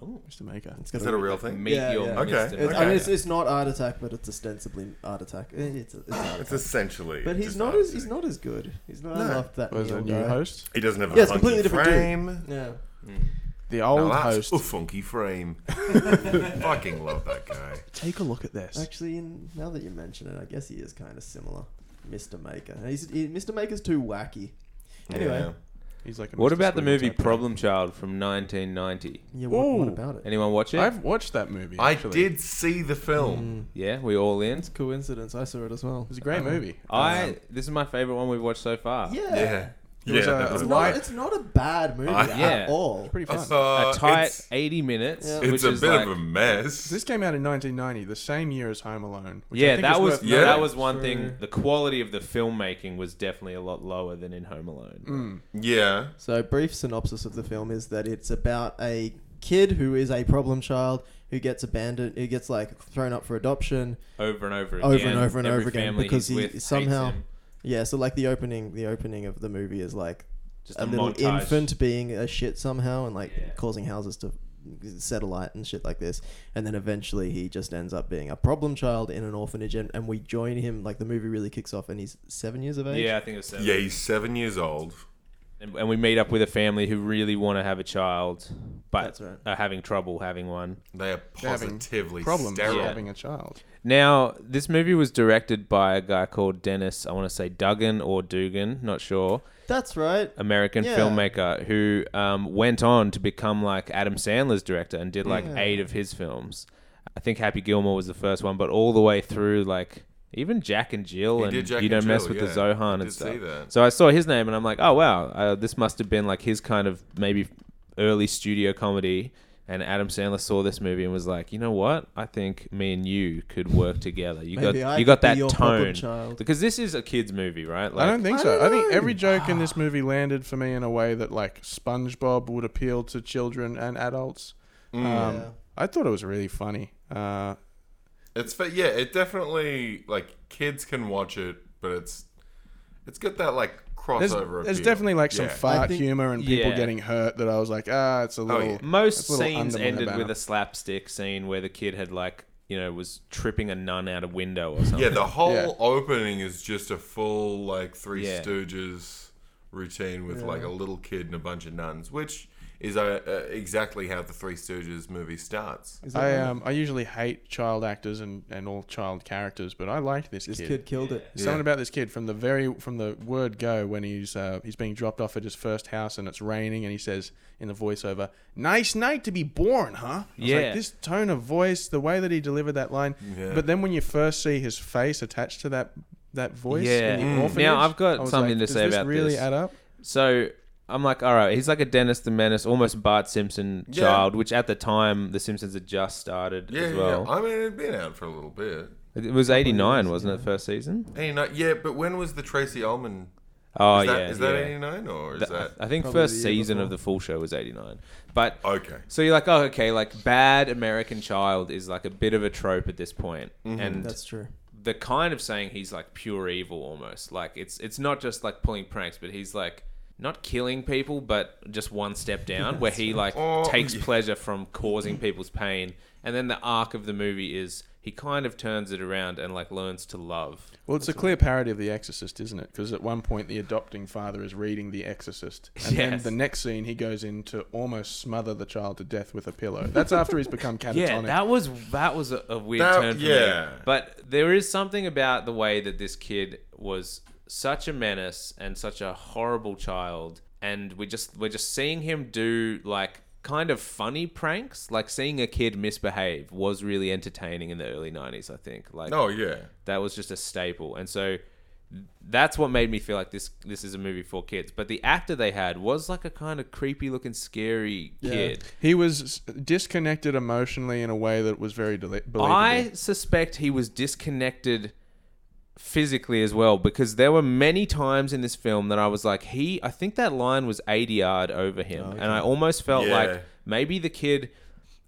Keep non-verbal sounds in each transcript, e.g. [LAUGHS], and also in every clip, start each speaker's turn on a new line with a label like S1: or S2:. S1: Oh.
S2: Just Jamaica. It's
S3: Is that a real thing?
S1: Meet
S2: Yeah,
S1: your
S2: yeah.
S3: Okay.
S1: Mr.
S2: It's, I mean,
S1: Mega.
S2: it's, it's not Art Attack, but it's ostensibly Art Attack. Eh, It's, it's Art
S3: It's
S2: Attack.
S3: essentially.
S2: But he's
S3: just
S2: not
S3: art
S2: as he's
S3: attack.
S2: not as good. He's not. I
S3: No.
S2: loved that.
S4: Was
S2: Neil
S4: a new
S2: guy.
S4: host?
S3: He doesn't have a
S2: Yeah, it's
S3: funky
S2: completely different dude.
S3: frame.
S2: Yeah.
S3: Hmm.
S4: The old
S3: now that's
S4: host.
S3: a funky frame. Fucking love that guy.
S4: [LAUGHS] Take a look at this.
S2: Actually, in, now that you mention it, I guess he is kind of similar, Mr. Maker. And He's, he, Mr. Maker's too wacky. Anyway.
S3: Yeah.
S4: He's like. a
S1: What
S4: Mr.
S1: about the
S4: Sweeney
S1: movie
S4: type guy.
S1: Problem Child from 1990?
S2: Yeah. What, what
S4: Ooh.
S2: about it?
S1: Anyone watch it?
S4: I've watched that movie.
S3: I
S4: actually.
S3: did see the
S2: Mm.
S3: film.
S1: yeah, we all in.
S2: It's a coincidence. I saw it as well. Um,
S4: It was a
S1: Um,
S4: great movie.
S1: I this is my favorite one we've watched so far.
S2: Yeah.
S3: Yeah.
S4: It was, uh,
S3: that
S4: it's
S3: was-
S2: It's
S4: Why-
S2: not, it's not a bad movie
S3: I-
S1: Yeah.
S2: at all.
S4: Pretty fun.
S3: Uh,
S1: a tight
S3: It's,
S1: 80 minutes.
S2: Yeah.
S3: it's
S1: which
S3: a
S1: is
S3: bit
S1: like,
S3: of a mess.
S4: this came out in 1990, the same year as Home Alone. Which I
S1: yeah,
S4: think
S1: that
S4: is
S1: was
S4: worth
S3: Yeah.
S1: that was one
S2: Sure.
S1: thing. The quality of the filmmaking was definitely a lot lower than in Home Alone.
S2: Mm.
S4: Mm.
S3: yeah.
S2: So, brief synopsis of the film is that it's about a kid who is a problem child who gets abandoned, who gets like thrown up for adoption.
S1: Over and over again.
S2: Over and over and
S1: Every
S2: over again,
S1: family
S2: because
S1: he's
S2: he
S1: with hates
S2: somehow-
S1: him.
S2: Yeah, so like the opening, the opening of the movie is like
S1: just
S2: a, little
S1: montage.
S2: infant being a shit somehow and like
S1: Yeah.
S2: causing houses to set alight and shit like this. And then eventually he just ends up being a problem child in an orphanage, and, and we join him. Like the movie really kicks off, and he's seven years of age.
S1: Yeah, I think it was seven.
S3: Yeah, he's seven years old.
S1: and, and we meet up with a family who really want to have a child, but
S2: That's right.
S1: are having trouble having one.
S3: They are
S4: They're having
S3: positively
S4: problems
S3: sterile.
S1: Yeah.
S4: having a child.
S1: Now, this movie was directed by a guy called Dennis. I want to say Duggan or Dugan, not sure.
S2: that's right.
S1: American
S2: Yeah.
S1: filmmaker who um, went on to become like Adam Sandler's director and did like
S2: Yeah.
S1: eight of his films. I think Happy Gilmore was the first one, but all the way through like even Jack and Jill
S3: He
S1: and
S3: did Jack
S1: You Don't
S3: and
S1: Mess
S3: Jill,
S1: with
S3: yeah.
S1: the Zohan
S3: I
S1: and
S3: did
S1: stuff.
S3: see that.
S1: So I saw his name and I'm like, oh wow, uh, this must have been like his kind of maybe early studio comedy. And Adam Sandler saw this movie and was like, you know what? I think me and you could work together. You
S2: Maybe
S1: got
S2: I
S1: you got
S2: could be
S1: that
S2: your problem
S1: tone
S2: child.
S1: because this is a kids movie, right?
S4: I don't think
S2: I
S4: so.
S2: don't
S4: I think
S2: know.
S4: every joke in this
S1: Ah.
S4: movie landed for me in a way that like SpongeBob would appeal to children and adults.
S1: Mm.
S4: Um,
S2: Yeah.
S4: I thought it was really funny. Uh,
S3: It's fa- yeah, it definitely like kids can watch it, but it's it's got that like
S4: there's,
S3: crossover.
S4: there's
S3: appeal.
S4: definitely like some
S3: Yeah.
S4: fart
S2: think-
S4: humor and people
S1: Yeah. Oh,
S4: getting hurt that I was like, ah, it's a little.
S3: yeah.
S1: Most
S4: That's a little
S1: scenes
S4: under my
S1: ended
S4: banner.
S1: with a slapstick scene where the kid had like, you know, was tripping a nun out a window or something.
S3: Yeah, the whole
S4: Yeah.
S3: opening is just a full like Three
S1: Yeah.
S3: Stooges routine with like a little kid and a bunch of nuns, which is uh, uh, exactly how the Three Stooges movie starts.
S2: Is that
S4: I
S2: right?
S4: um I usually hate child actors and, and all child characters, but I liked this,
S2: this
S4: kid.
S2: kid killed it.
S4: There's Something
S3: Yeah.
S4: about this kid from the very from the word go when he's uh, he's being dropped off at his first house and it's raining and he says in the voiceover, "Nice night to be born, huh?" I was like,
S1: Yeah.
S4: this tone of voice, the way that he delivered that line,
S3: Yeah.
S4: but then when you first see his face attached to that that voice,
S1: Yeah.
S4: in the
S1: Mm.
S4: orphanage,
S1: Now, I've got
S4: I was
S1: something
S4: like,
S1: to
S4: Does
S1: say
S4: this
S1: about
S4: really
S1: this."
S4: add up?
S1: So I'm like, all right, he's like a Dennis the Menace, almost Bart Simpson
S3: Yeah.
S1: child, which at the time the Simpsons had just started
S3: Yeah,
S1: as well.
S3: yeah. I mean, it'd been out for a little bit.
S1: It was '89, wasn't it? First season.
S3: Eighty nine. Yeah, but when was the Tracy Ullman?
S1: Oh
S3: is that,
S1: yeah,
S3: is that
S1: yeah. uh,
S3: eighty nine or is
S1: Th-
S3: that
S1: I think
S2: Probably
S1: first
S2: the year
S1: season of
S2: before.
S1: the full show was '89, but
S3: okay?
S1: So you're like, oh, okay, like bad American child is like a bit of a trope at this point,
S3: Mm-hmm.
S1: and
S2: That's true.
S1: the kind of saying he's like pure evil almost. Like it's it's not just like pulling pranks, but he's like not killing people, but just one step down where
S2: [LAUGHS]
S1: he like
S3: Oh,
S1: takes
S3: yeah.
S1: pleasure from causing people's pain. And then the arc of the movie is he kind of turns it around and like learns to love.
S4: Well, it's a clear parody of The Exorcist, isn't it? Because at one point, the adopting father is reading The Exorcist, and then
S1: Yes.
S4: the next scene, he goes in to almost smother the child to death with a pillow. That's after he's become catatonic.
S1: [LAUGHS] Yeah, that was that was a, a weird
S3: That-
S1: turn for
S3: yeah.
S1: me. But there is something about the way that this kid was such a menace and such a horrible child, and we just we're just seeing him do like kind of funny pranks. Like seeing a kid misbehave was really entertaining in the early '90s. I think like
S3: Oh yeah.
S1: that was just a staple, and so. That's what made me feel like this. This is a movie for kids, but the actor they had was like a kind of creepy looking, scary kid.
S4: He was s- disconnected emotionally in a way that was very deli- believable.
S1: I suspect he was disconnected physically as well because there were many times in this film that I was like, he, I think that line was 80 yard over him. And I almost felt
S3: Yeah.
S1: like maybe the kid.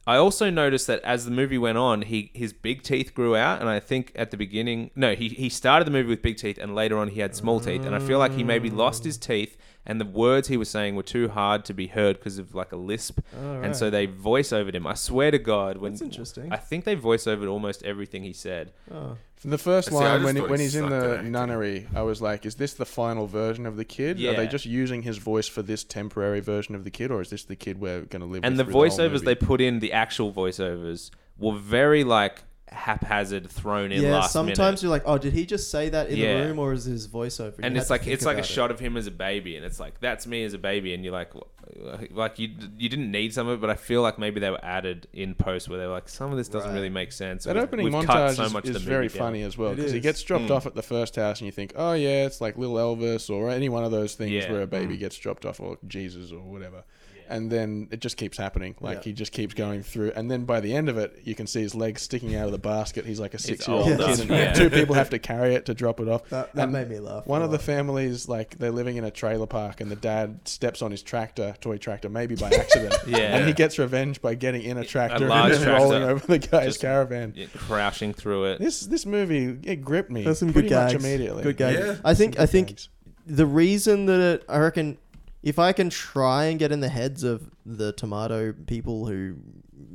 S1: I also noticed that as the movie went on, he his big teeth grew out, and I think at the beginning, no, he, he started the movie with big teeth, and later on he had small teeth, and I feel like he maybe lost his teeth and the words he was saying were too hard to be heard because of like a lisp, and so they voice overed him. I swear to God, when
S2: That's interesting.
S1: I think they voice overed almost everything he said.
S2: Oh.
S4: From the first
S3: See, I
S4: line,
S3: just
S4: when, he-
S3: thought he
S4: when he's in
S3: sucked at
S4: the
S3: acting.
S4: nunnery, I was like, is this the final version of the kid? Are
S1: Yeah.
S4: they just using his voice for this temporary version of the kid, or is this the kid we're going to live
S1: and the
S4: with? through whole
S1: voiceovers they
S4: movie?
S1: put in, the actual voiceovers, were very like haphazard, thrown in
S2: Yeah,
S1: last
S2: sometimes
S1: minute.
S2: you're like, oh, did he just say that in
S1: Yeah.
S2: the room or is his voiceover? You
S1: And
S2: had
S1: it's
S2: to
S1: like
S2: think
S1: it's like a
S2: about it.
S1: shot of him as a baby, and it's like that's me as a baby, and you're like, wh- like you you didn't need some of it, but I feel like maybe they were added in post where they were like, some of this doesn't
S2: Right.
S1: really make sense.
S4: That
S1: We've-
S4: opening
S1: we've cut
S4: montage
S1: so
S4: is-
S1: much
S4: is,
S1: of the Mm. movie
S4: very
S1: down.
S4: funny as well
S2: It
S4: because he
S2: is.
S4: gets dropped off at the first house and you think, oh yeah, it's like Little Elvis or any one of those things
S1: Yeah. Mm.
S4: where a baby gets dropped off or Jesus or whatever, and then it just keeps happening. Like
S2: Yeah.
S4: he just keeps going through, and then by the end of it, you can see his legs sticking out of the basket. He's like a six-year-old
S1: older.
S4: kid, and
S1: Yeah.
S4: two people have to carry it to drop it off.
S2: That, that
S4: And
S2: made me laugh.
S4: One
S2: a
S4: of the
S2: lot.
S4: families, like they're living in a trailer park, and the dad steps on his tractor, toy tractor, maybe by accident,
S1: [LAUGHS] Yeah.
S4: and he gets revenge by getting in a tractor
S1: large
S4: and just rolling
S1: tractor.
S4: over the guy's
S1: Just-
S4: caravan.
S1: Yeah, crashing through it.
S4: This this movie it gripped me.
S2: That's some
S4: pretty
S2: good
S4: much
S2: gags.
S4: immediately.
S2: Good gags.
S3: Yeah.
S2: I think I
S4: Good
S2: think
S4: gags.
S2: the reason that it, I reckon if I can try and get in the heads of the tomato people who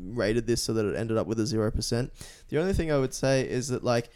S2: rated this so that it ended up with a 0%, the only thing I would say is that like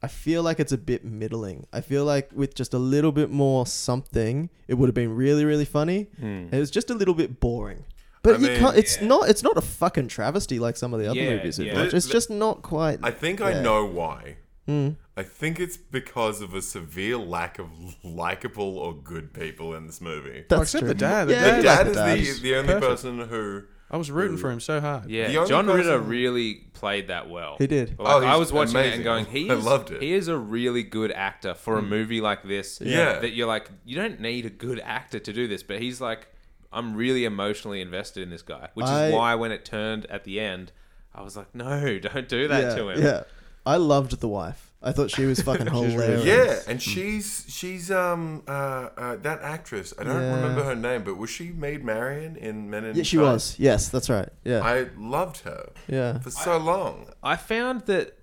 S2: I feel like it's a bit middling. I feel like with just a little bit more something, it would have been really really funny.
S1: Hmm.
S2: It was just a little bit boring. But
S3: I
S2: you
S3: mean,
S2: can't, it's
S1: yeah.
S2: not it's not a fucking travesty like some of the other
S1: Yeah,
S2: movies.
S1: yeah.
S2: Yeah. It's just not quite
S3: I think I know why.
S2: Hmm.
S3: I think it's because of a severe lack of [LAUGHS] likable or good people in this movie.
S4: Oh,
S2: that's
S4: except
S2: true.
S4: the dad. The
S2: Yeah, I
S3: the
S4: dad-
S3: dad
S2: like the
S3: is
S2: dad.
S3: the, the only
S4: Perfect.
S3: person who.
S4: I was rooting for him so hard.
S3: The
S1: Yeah,
S3: only
S1: John Ritter
S3: person-
S1: really played that well.
S2: He did.
S1: Like,
S3: Oh, he's
S1: I was watching it
S3: amazing.
S1: and going, he
S3: I
S1: is-
S3: loved it." Mm.
S1: He is a really good actor for a movie like this.
S3: Yeah.
S1: that you're like, you don't need a good actor to do this, but he's like, I'm really emotionally invested in this guy, which
S2: I-
S1: is why when it turned at the end, I was like, no, [LAUGHS] don't do that
S2: yeah,
S1: to him.
S2: Yeah. I loved the wife. I thought
S1: [LAUGHS]
S2: she was fucking hilarious.
S3: Yeah, and
S2: Hmm.
S3: she's she's um uh, uh that actress. I don't
S2: Yeah.
S3: remember her name, but was she Maid Marian in Men in?
S2: Yeah, she
S3: Tights?
S2: was. Yes, that's right. Yeah.
S3: I loved her
S2: yeah.
S3: for so long.
S1: I found that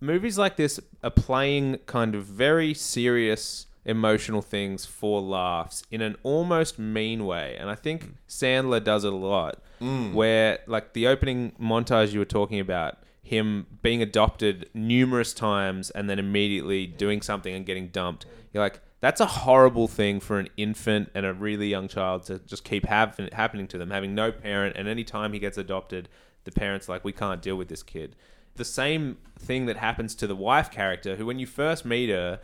S1: movies like this are playing kind of very serious emotional things for laughs in an almost mean way. And I think Sandler does it a lot. Where, like, the opening montage you were talking about, him being adopted numerous times and then immediately doing something and getting dumped. You're like, that's a horrible thing for an infant and a really young child to just keep happen- happening to them, having no parent. And any time he gets adopted, the parents are like, we can't deal with this kid. The same thing that happens to the wife character, who when you first meet her,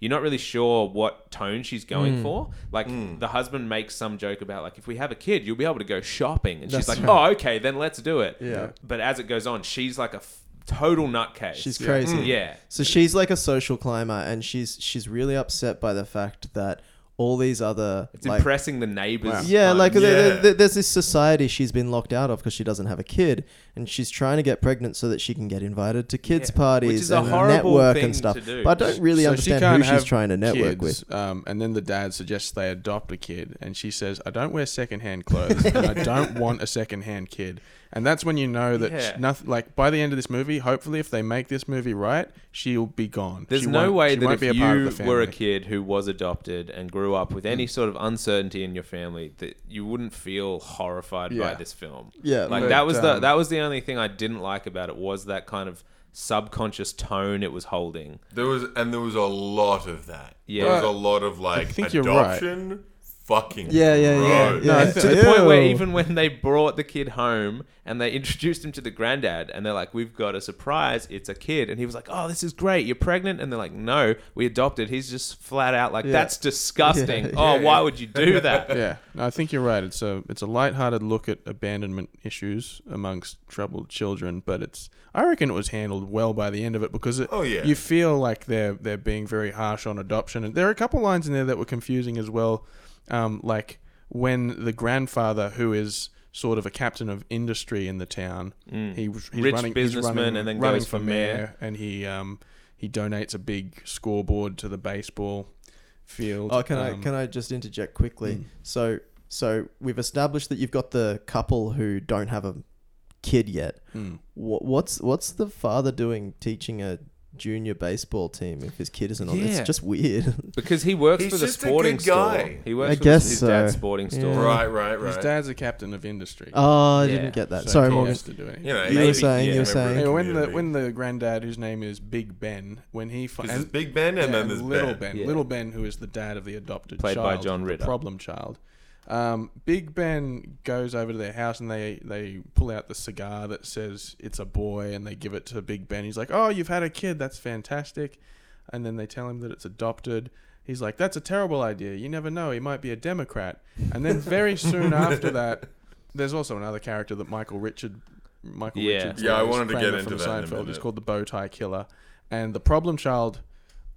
S1: you're not really sure what tone she's going
S2: Hmm.
S1: for. Like the husband makes some joke about like, if we have a kid, you'll be able to go shopping, and she's
S2: That's
S1: like, oh, okay, then let's do it.
S2: Yeah.
S1: But as it goes on, she's like a f- total nutcase.
S2: She's crazy.
S1: yeah.
S2: So she's like a social climber and she's she's really upset by the fact that all these other
S1: It's
S2: like,
S1: impressing the neighbors.
S2: Yeah, like
S3: Yeah.
S2: there- there- there's this society she's been locked out of because she doesn't have a kid, and she's trying to get pregnant so that she can get invited to kids'
S1: Yeah.
S2: parties
S1: Which is a
S2: and
S1: horrible
S2: network
S1: thing
S2: and stuff.
S1: to do.
S2: But I don't really
S4: So
S2: understand
S4: she can't
S2: who
S4: have
S2: she's trying to network
S4: kids,
S2: with.
S4: Um, and then the dad suggests they adopt a kid, and she says, "I don't wear secondhand clothes,
S2: [LAUGHS]
S4: and I don't want a secondhand kid." And that's when you know that
S1: Yeah.
S4: nothing. Like by the end of this movie, hopefully, if they make this movie right, she'll be gone.
S1: There's
S4: She
S1: no
S4: won't-
S1: way
S4: she
S1: that
S4: won't
S1: if
S4: be a
S1: you
S4: part of the
S1: were a
S4: family. Mm.
S1: kid who was adopted and grew up with any sort of uncertainty in your family, that you wouldn't feel horrified by
S4: Yeah.
S1: this film.
S2: Yeah,
S1: like
S4: but,
S1: that was the
S4: um,
S1: that was the only thing I didn't like about it was that kind of subconscious tone it was holding.
S3: There was and there was a lot of that.
S1: Yeah.
S3: there was a lot of like
S4: think you're right.
S3: adoption. Fucking
S2: Yeah, yeah, yeah,
S3: gross.
S2: yeah.
S4: No, I think-
S1: To the point where
S2: Ew.
S1: even when they brought the kid home and they [LAUGHS] introduced him to the granddad and they're like, "We've got a surprise. It's a kid," and he was like, "Oh, this is great. You're pregnant," and they're like, "No, we adopted." He's just flat out like,
S2: Yeah.
S4: [LAUGHS]
S1: "That's disgusting.
S2: Yeah,
S1: oh,
S3: yeah,
S1: why
S3: yeah.
S1: would you do [LAUGHS] that?"
S4: Yeah, no, I think you're right. It's a it's a lighthearted look at abandonment issues amongst troubled children, but it's I reckon it was handled well by the end of it because it,
S3: Oh, yeah.
S4: you feel like they're they're being very harsh on adoption, and there are a couple lines in there that were confusing as well, um, like when the grandfather who is sort of a captain of industry in the town, he was- he's
S1: Mm. Rich
S4: running he's
S1: businessman
S4: running-
S1: and then
S4: running
S1: goes
S4: for
S1: for
S4: mayor,
S1: mayor.
S4: and he um, he donates a big scoreboard to the baseball field.
S2: Oh, can
S4: Um,
S2: I can I just interject quickly?
S1: Mm.
S2: So so we've established that you've got the couple who
S1: Mm.
S2: don't have a kid yet. Wha- what's what's the father doing teaching a junior baseball team if his kid isn't on.
S1: Yeah.
S2: It's just weird.
S1: [LAUGHS] because he works
S3: He's
S1: for the
S3: just a
S1: sporting
S3: good guy.
S1: store. He works
S2: I
S1: for
S2: guess
S1: his
S2: so.
S1: dad's sporting
S2: Yeah.
S1: store.
S3: Right, right,
S4: His
S3: right.
S4: dad's a captain of industry.
S2: oh, I
S1: Yeah.
S2: didn't get that.
S4: So
S2: Sorry,
S4: he
S2: Morgan.
S4: has to do anything.
S3: You know,
S2: You
S3: maybe
S2: were saying,
S3: he's
S2: you were
S3: a member of
S2: saying.
S3: the
S4: Hey, when the
S3: community.
S4: when the granddad whose name is Big Ben, when he fi-
S3: 'Cause
S4: and-
S3: there's Big Ben and
S4: yeah,
S3: then there's
S4: little Ben,
S3: Ben.
S1: Yeah.
S4: little Ben, who is the dad of the adopted
S1: Played by
S4: child,
S1: John
S4: the
S1: Ritter.
S4: problem child. Um, Big Ben goes over to their house and they they pull out the cigar that says it's a boy and they give it to Big Ben. He's like, "Oh, you've had a kid, that's fantastic," and then they tell him that it's adopted. He's like, "That's a terrible idea. You never know. He might be a Democrat." And then
S3: [LAUGHS]
S4: very soon after that, there's also another character that Michael Richard. Michael
S1: Yeah.
S4: Richards
S3: Yeah, I
S4: plays,
S3: wanted to get
S4: Kramer
S3: into
S4: from
S3: that in a
S4: Seinfeld. He's
S3: minute.
S4: called the Bow Tie Killer, and the problem child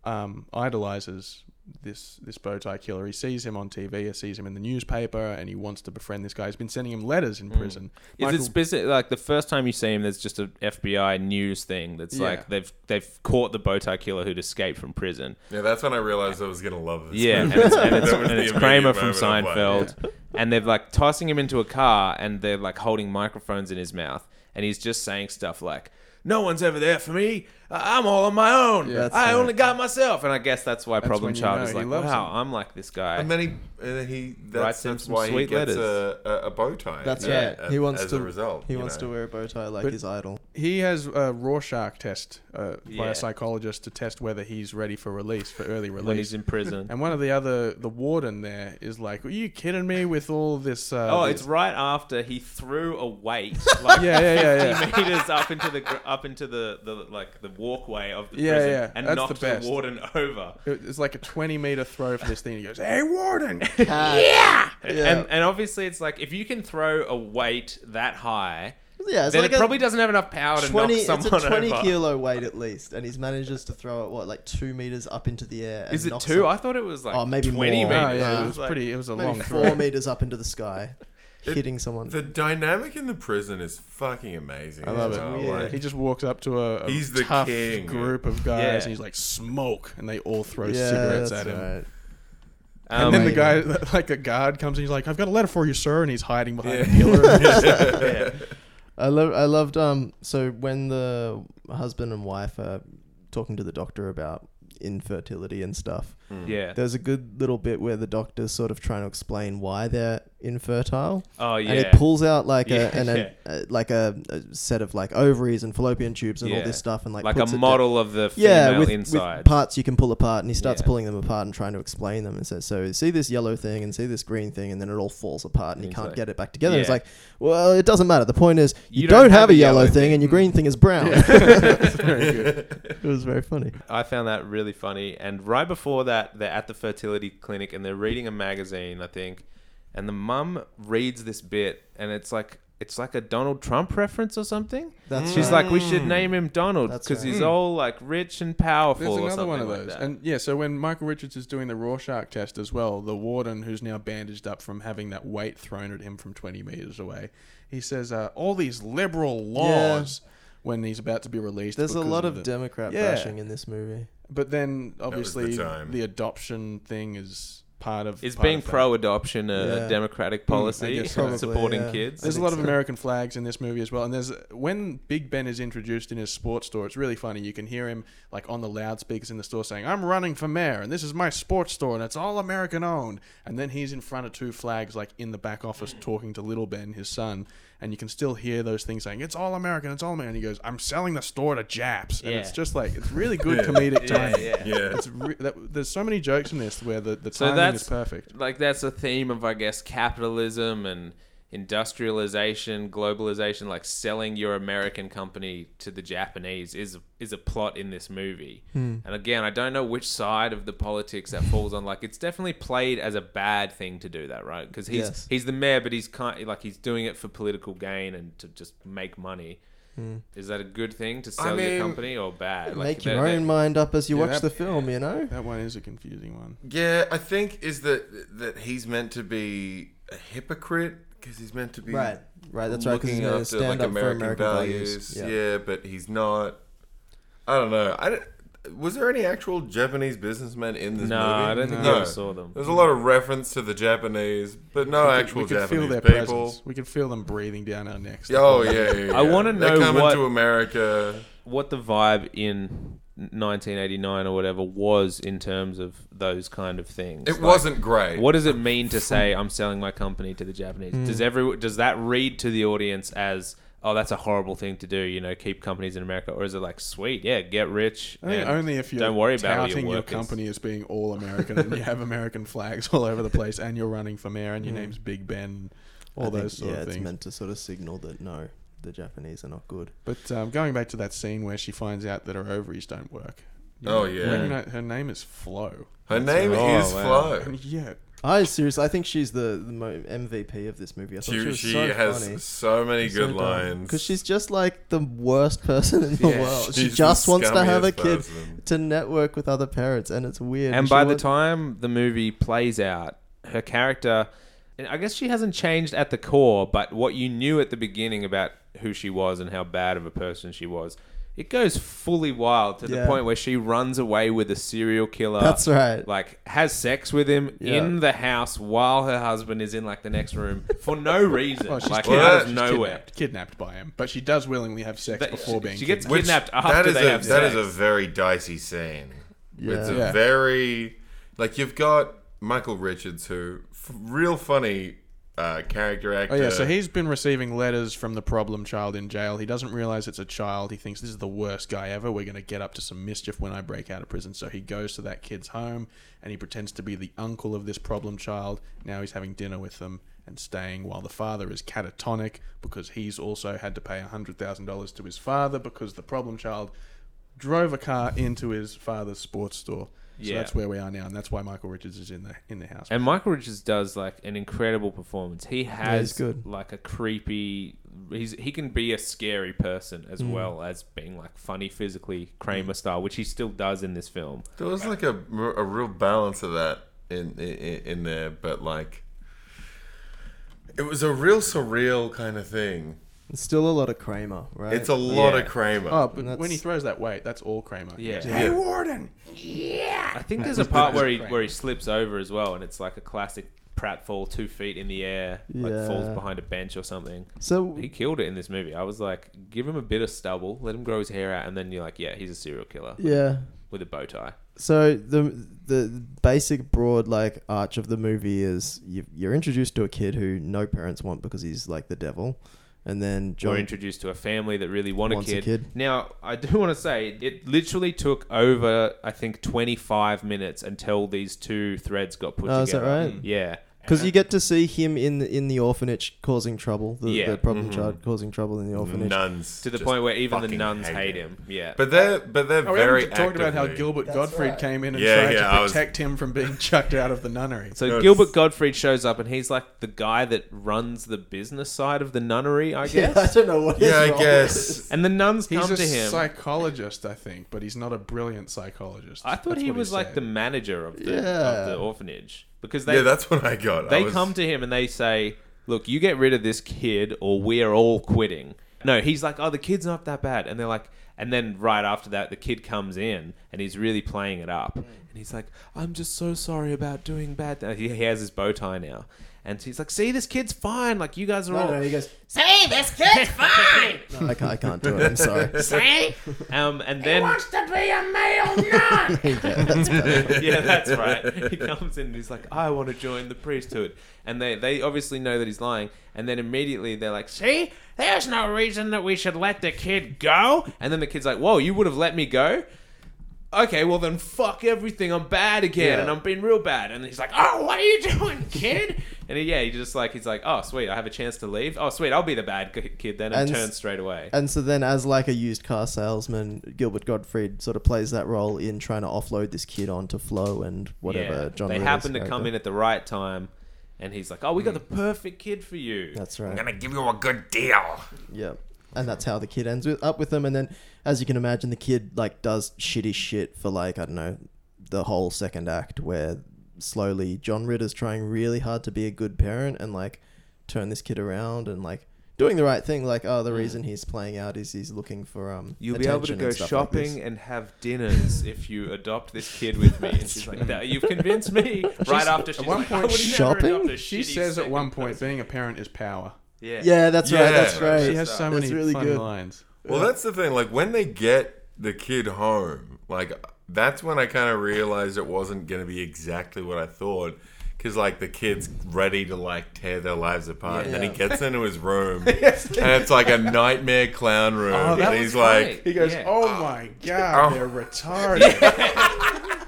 S4: um, idolizes this this bow tie killer. He sees him on TV, he sees him in the newspaper, and he wants to befriend this guy. He's been sending him letters in prison.
S1: Mm. Is
S4: Michael-
S1: it specific? Like the first time you see him, there's just a FBI news thing that's
S4: Yeah.
S1: like they've they've caught the bow tie killer who'd escaped from prison.
S3: Yeah, that's when I realized I was gonna love this.
S1: Yeah, and
S3: [LAUGHS] movie.
S1: it's, and it's,
S3: That was
S1: and
S3: the
S1: it's
S3: immediate
S1: Kramer from
S3: moment of, like,
S1: Seinfeld, and they're like tossing him into a car, and they're like holding microphones in his mouth, and he's just saying stuff like. No one's ever there for me. I- I'm all on my own.
S4: Yeah. That's
S1: I
S2: right.
S1: only got myself, and I guess that's why Problem
S4: when you
S1: Child
S4: know
S1: is
S4: he
S1: like,
S4: loves
S1: wow,
S4: him."
S1: I'm like this guy.
S3: And then he, and then he
S1: Writes
S3: that's,
S1: him
S3: that's
S1: some
S3: why he
S1: sweet
S3: gets
S1: letters.
S3: a, a, a bow tie.
S2: That's
S3: yeah,
S2: right.
S3: a-
S2: he wants
S3: as
S2: to.
S3: a result.
S2: he
S3: you
S2: wants
S3: know.
S2: to wear a bow tie like
S4: But-
S2: his
S1: [LAUGHS]
S2: idol.
S4: he has a Rorschach test uh, by
S1: Yeah.
S4: a psychologist to test whether he's ready for release for early
S1: when he's
S4: release.
S1: in
S3: [LAUGHS]
S1: prison.
S4: And one of the other the warden there is like, "Are you kidding me with all this?" Uh,
S1: Oh,
S4: this-
S1: it's right after he threw a weight [LAUGHS] like
S4: [LAUGHS] Yeah, yeah, yeah,
S1: [LAUGHS]
S4: yeah.
S1: 50 meters up into the gr- up into the, the like the walkway of the
S4: Yeah,
S1: prison
S4: yeah,
S1: and
S4: that's
S1: knocked the,
S4: the best.
S1: warden [LAUGHS] over.
S4: it- it's like a twenty meter throw for this thing. He goes, "Hey,
S1: [LAUGHS]
S4: warden!"
S1: And and obviously it's like if you can throw a weight that high,
S2: Yeah, it's
S1: then
S2: like
S1: it
S2: a
S1: probably doesn't have enough power to
S2: twenty.
S1: knock
S2: It's
S1: someone
S2: a twenty
S1: over.
S2: kilo weight at least, and he manages to throw it what like two meters up into the air. And
S1: Is it
S2: knocks
S1: two? I thought it was like
S2: Oh, maybe
S1: 20
S2: more.
S4: Oh,
S1: meters.
S2: Maybe,
S4: yeah,
S2: uh,
S4: it was
S1: Like,
S4: pretty. It was a
S2: maybe
S4: long
S2: four
S4: throw.
S2: meters up into
S1: [LAUGHS]
S2: the sky, hitting someone.
S3: The dynamic in the prison is fucking amazing.
S4: I love
S3: as
S4: it.
S3: well,
S2: weird.
S3: like-
S4: He just walks up to a, a
S3: He's the
S4: tough
S3: king.
S4: group of guys
S1: Yeah.
S4: and he's like, smoke, and they all throw
S2: yeah,
S4: cigarettes
S2: that's
S4: at him.
S2: right.
S1: um,
S4: And then the
S2: Amazing.
S4: guy, [LAUGHS] like a guard, comes and he's like, I've got a letter for you, sir, and he's hiding behind
S3: Yeah.
S4: a
S3: [LAUGHS]
S4: pillar.
S1: yeah.
S2: I love. I loved. Um. So when the husband and wife are talking to the doctor about infertility and stuff,
S1: yeah.
S2: there's a good little bit where the doctor's sort of trying to explain why they're infertile.
S1: Oh yeah.
S2: and it pulls out like
S1: Yeah,
S2: a, an, a uh, like a, a set of like ovaries and fallopian tubes and all
S1: Yeah.
S2: this stuff and like
S1: like a
S2: puts it
S1: model of the
S2: down-
S1: female
S2: yeah with,
S1: inside.
S2: with parts you can pull apart and he starts
S1: Yeah.
S2: pulling them apart and trying to explain them and says so see this yellow thing and see this green thing and then it all falls apart
S1: And
S2: and, he
S1: he's
S2: can't
S1: like-
S2: get it back together it's
S1: Yeah.
S2: like well it doesn't matter the point is you, don't, have, a yellow, thing, and your green thing is brown [LAUGHS]
S4: It's very good.
S2: it was very funny
S1: I found that really funny. And right before that, they're at the fertility clinic and they're reading a magazine, I think. And the mum reads this bit, and it's like it's like a Donald Trump reference or something.
S2: That's
S1: She's
S2: right.
S1: like, we should name him Donald
S2: That's
S1: because
S2: right.
S1: he's all like rich and powerful.
S4: There's
S1: or
S4: another
S1: something
S4: one of
S1: like
S4: those.
S1: that.
S4: and yeah, so when Michael Richards is doing the Rorschach test as well, the warden, who's now bandaged up from having that weight thrown at him from 20 meters away, he says, uh, All these liberal laws when he's about to be released.
S2: there's a
S4: because
S2: lot of
S4: the-
S2: democrat
S4: Yeah.
S2: bashing in this movie
S4: But then
S3: was the
S4: obviously the,
S3: time.
S4: adoption thing is part of
S1: is
S4: part
S1: being
S4: of that.
S1: pro-adoption a
S2: Yeah. Hmm,
S1: democratic
S4: I
S1: policy
S4: guess so.
S1: [LAUGHS] supporting
S2: Probably, yeah.
S1: kids?
S4: There's a
S2: think
S4: lot of
S2: so.
S4: American flags in this movie as well, and there's when Big Ben is introduced in his sports store. It's really funny. You can hear him like on the loudspeakers in the store saying, "I'm running for mayor, and this is my sports store, and it's all American owned." And then he's in front of two flags, like in the back
S1: Mm.
S4: office, talking to little Ben, his son, and you can still hear those things saying, "It's all American, it's all American." And he goes, "I'm selling the store to Japs," and
S1: Yeah.
S4: it's just like it's really good
S3: Yeah.
S4: comedic
S1: Yeah,
S4: timing.
S1: yeah.
S3: yeah.
S4: It's re- that, there's so many jokes in this where the, the
S1: So
S4: timing
S1: that's-
S4: is perfect.
S1: like that's a theme of I guess capitalism and industrialization, globalization, like selling your American company to the Japanese is is a plot in this movie. And again, I don't know which side of the politics that falls on. Like it's definitely played as a bad thing to do that, right? Because he's
S2: Yes.
S1: he's the mayor, but he's kind like he's doing it for political gain and to just make money. Is that a good thing to sell your
S3: mean,
S1: company or bad? Like,
S2: make your
S1: that- that-
S2: own mind up as you
S4: Yeah,
S2: watch
S4: that-
S2: the film you know
S4: That one is a confusing one.
S3: Yeah, I think is that that he's meant to be a hypocrite because he's meant to be
S2: right right that's right because
S3: looking
S2: he's going to
S3: after,
S2: stand
S3: like,
S2: up for american values,
S3: Yeah. but he's not. I don't know. I don't- was there any actual Japanese businessmen in this
S1: No,
S3: movie?
S1: I don't think
S3: no.
S1: you ever saw them.
S3: There's a lot of reference to the Japanese, but no
S4: We could-
S3: actual
S4: we could
S3: Japanese
S4: feel their
S3: people.
S4: presence. We could feel them breathing down our necks.
S3: Oh yeah, yeah, yeah.
S1: [LAUGHS] I wanna
S3: They're
S1: know
S3: coming
S1: what-
S3: to America.
S1: what the vibe in 1989 or whatever was in terms of those kind of things.
S3: It
S1: Like,
S3: wasn't great.
S1: What does it mean to say I'm selling my company to the Japanese?
S4: Hmm.
S1: Does every does that read to the audience as oh that's a horrible thing to do? You know, keep companies in America, or is it like sweet, yeah, get rich?
S4: I think
S1: and
S4: only if you're
S1: don't worry about
S4: touting
S1: who
S4: your,
S1: your, workers.
S4: company as being all American and you have American flags all over the place and you're running for mayor and your
S3: Hmm.
S4: name's Big Ben, all
S2: I think,
S4: those sort
S2: yeah,
S4: of
S2: it's
S4: things.
S2: meant to sort of signal that no, the Japanese are not good.
S4: But um, going back to that scene where she finds out that her ovaries don't work. You
S3: Oh, yeah.
S4: recogni- her name is Flo.
S3: Her name
S1: Oh,
S3: is
S1: wow.
S3: Flo.
S4: Yeah,
S2: I seriously, I think she's the, the mo- MVP of this movie. I thought she,
S3: She,
S2: was
S3: she
S2: so
S3: has
S2: funny.
S3: so many good lines.
S2: because she's just like the worst person in the
S3: Yeah,
S2: world. She
S3: she's the
S2: just wants to have a
S3: scummiest
S2: kid
S3: person.
S2: to network with other parents, and it's weird.
S1: And
S2: she
S1: by the
S2: wants-
S1: time the movie plays out, her character, and I guess she hasn't changed at the core, but what you knew at the beginning about who she was and how bad of a person she was, it goes fully wild to
S2: Yeah.
S1: the point where she runs away with a serial killer.
S2: that's right.
S1: uh, Like has sex with him
S2: Yeah.
S1: in the house while her husband is in like the next room for no reason,
S4: [LAUGHS] Oh, she's
S1: like
S4: kidnapped.
S1: out of
S4: She's
S1: nowhere.
S4: Kidnapped, kidnapped by him, but she does willingly have sex
S1: That-
S4: before
S1: she-
S4: being.
S1: she gets
S4: kidnapped.
S1: kidnapped
S3: that
S1: after
S3: is
S1: they
S3: a
S1: have
S3: that is
S1: sex.
S3: a very dicey scene. It's a
S2: Yeah.
S4: Yeah.
S3: very like you've got Michael Richards, who f- real funny uh, character actor.
S4: Oh yeah, so he's been receiving letters from the problem child in jail. He doesn't realize it's a child. He thinks this is the worst guy ever. We're going to get up to some mischief when I break out of prison. So he goes to that kid's home and he pretends to be the uncle of this problem child. Now he's having dinner with them and staying while the father is catatonic because he's also had to pay $100,000 to his father because the problem child drove a car into his father's sports store. So
S1: Yeah.
S4: that's where we are now and that's why Michael Richards is in the in the house.
S1: And Michael Richards does like an incredible performance. He has
S2: he's good.
S1: like a creepy. He's he can be a scary person as
S2: Mm.
S1: well as being like funny physically Kramer style, which he still does in this film.
S3: there was like a, a real balance of that in, in in there, but like it was a real surreal kind of thing.
S2: It's still a lot of Kramer, right?
S3: It's a lot
S1: Yeah.
S3: of Kramer.
S4: Oh, but
S2: That's-
S4: when he throws that weight, that's all Kramer.
S1: Yeah.
S4: He's, Hey, Warden!
S1: I think there's a part where he where he slips over as well, and it's like a classic pratfall, two feet in the air, like falls
S2: Yeah.
S1: behind a bench or something.
S2: so
S1: He killed it in this movie. I was like, give him a bit of stubble, let him grow his hair out, and then you're like, yeah, he's a serial killer
S2: yeah.
S1: with a bow tie.
S2: So the the basic broad like arch of the movie is you, you're introduced to a kid who no parents want because he's like the devil, and then
S1: We're
S2: John
S1: introduced to a family that really want a
S2: Wants a
S1: kid.
S2: kid.
S1: Now, I do [LAUGHS] want to say it literally took over, I think, 25 minutes until these two threads got put
S2: Oh, is that
S1: together.
S2: right? Mm.
S1: Yeah.
S2: Because you get to see him in the, in the orphanage causing trouble, the,
S1: Yeah.
S2: the problem
S3: Mm-hmm.
S2: child causing trouble in the orphanage.
S3: nuns
S1: To the
S3: just
S1: point where even the
S3: fucking
S1: nuns hate him. Yeah.
S3: But they're but they're
S4: Oh, we
S3: very
S4: haven't talked about how
S3: actively-
S4: Gilbert Gottfried came in and
S3: Yeah,
S4: tried
S3: yeah, I
S4: to
S3: was-
S4: protect him from being [LAUGHS] chucked out of the nunnery.
S1: so
S3: No, it's-
S1: Gilbert Gottfried shows up and he's like the guy that runs the business side of the nunnery,
S2: [LAUGHS]
S1: I
S2: [LAUGHS] Yeah,
S1: guess.
S2: I don't know what.
S3: Yeah,
S2: is
S3: I
S2: wrong.
S3: guess.
S4: [LAUGHS]
S1: And the nuns
S4: He's
S1: come
S4: a
S1: to him.
S4: psychologist, I think, but he's not a brilliant psychologist.
S1: I thought
S4: That's
S1: he
S4: what
S1: was like
S4: said.
S1: the manager of the,
S2: Yeah.
S1: of the orphanage because they
S3: yeah, that's what I got. I
S1: They
S3: was-
S1: come to him and they say, "Look, you get rid of this kid, or we are all quitting." No, he's like, "Oh, the kid's not that bad," and they're like, and then right after that, the kid comes in and he's really playing it up, and he's like, "I'm just so sorry about doing bad." Th-. He, he has his bow tie now, and he's like, "See, this kid's fine. Like you guys are all."
S2: No, no, he goes.
S5: See, this [LAUGHS] kid's fine.
S2: [LAUGHS] No, I, can't, I can't do it. I'm sorry.
S3: [LAUGHS]
S5: See,
S1: Um, and
S5: he
S1: then
S5: wants to be a male nun.
S2: Yeah, that's
S1: [LAUGHS]
S2: better.
S1: yeah, that's right.
S2: [LAUGHS]
S1: He comes in and he's like, I want to join the priesthood. And they, they obviously know that he's lying. And then immediately they're like, See, there's no reason that we should let the kid go. And then the kid's like, Whoa, you would have let me go? Okay, well then fuck everything. I'm bad again
S2: Yeah.
S1: and I'm being real bad. And he's like, Oh, what are you [LAUGHS] doing, kid? and he, yeah, he just like, he's like, Oh, sweet, I have a chance to leave. Oh, sweet, I'll be the bad ki- kid then. And,
S2: And s-
S1: turns straight away.
S2: And so then, as like a used car salesman, Gilbert Gottfried sort of plays that role in trying to offload this kid onto Flo and whatever.
S1: Yeah,
S2: John
S1: they
S2: Riddle's
S1: happen to come
S2: character. Mm.
S1: in at the right time. And he's like, "Oh, we got the perfect kid for you."
S2: That's right.
S3: gonna give you a good deal.
S2: Yeah. And that's how the kid ends with, up with them. And then, as you can imagine, the kid like does shitty shit for like I don't know the whole second act, where slowly John Ritter's trying really hard to be a good parent and like turn this kid around and like doing the right thing. Like,
S3: Mm.
S2: oh, the reason he's playing out is he's looking for um.
S1: You'll be able to
S2: attention
S1: go
S2: and stuff like this.
S1: shopping and have dinners if you adopt this kid with me. And she's like, that, "You've convinced me." Right after she's
S4: one
S1: like,
S4: point-
S1: I would
S2: Shopping?
S1: Never adopt a
S4: She
S1: shitty
S4: says at
S1: second
S4: one point,
S1: person."
S4: being a parent is power.
S1: Yeah. [LAUGHS]
S2: Yeah, that's
S3: Yeah.
S2: right. That's
S4: She
S2: right.
S4: has so
S2: That's
S4: many
S2: really
S4: fun
S2: good.
S4: lines.
S3: Well, that's the thing. Like when they get the kid home, Like that's when I kind of realized it wasn't going to be exactly what I thought. Cause like the kid's ready to like tear their lives apart, and then he gets into his room, and it's like a nightmare clown
S1: that
S3: room, and he's
S1: was
S3: like,
S1: great.
S4: He goes,
S1: Yeah. Oh.
S4: "Oh my
S1: [LAUGHS]
S4: god, they're retarded."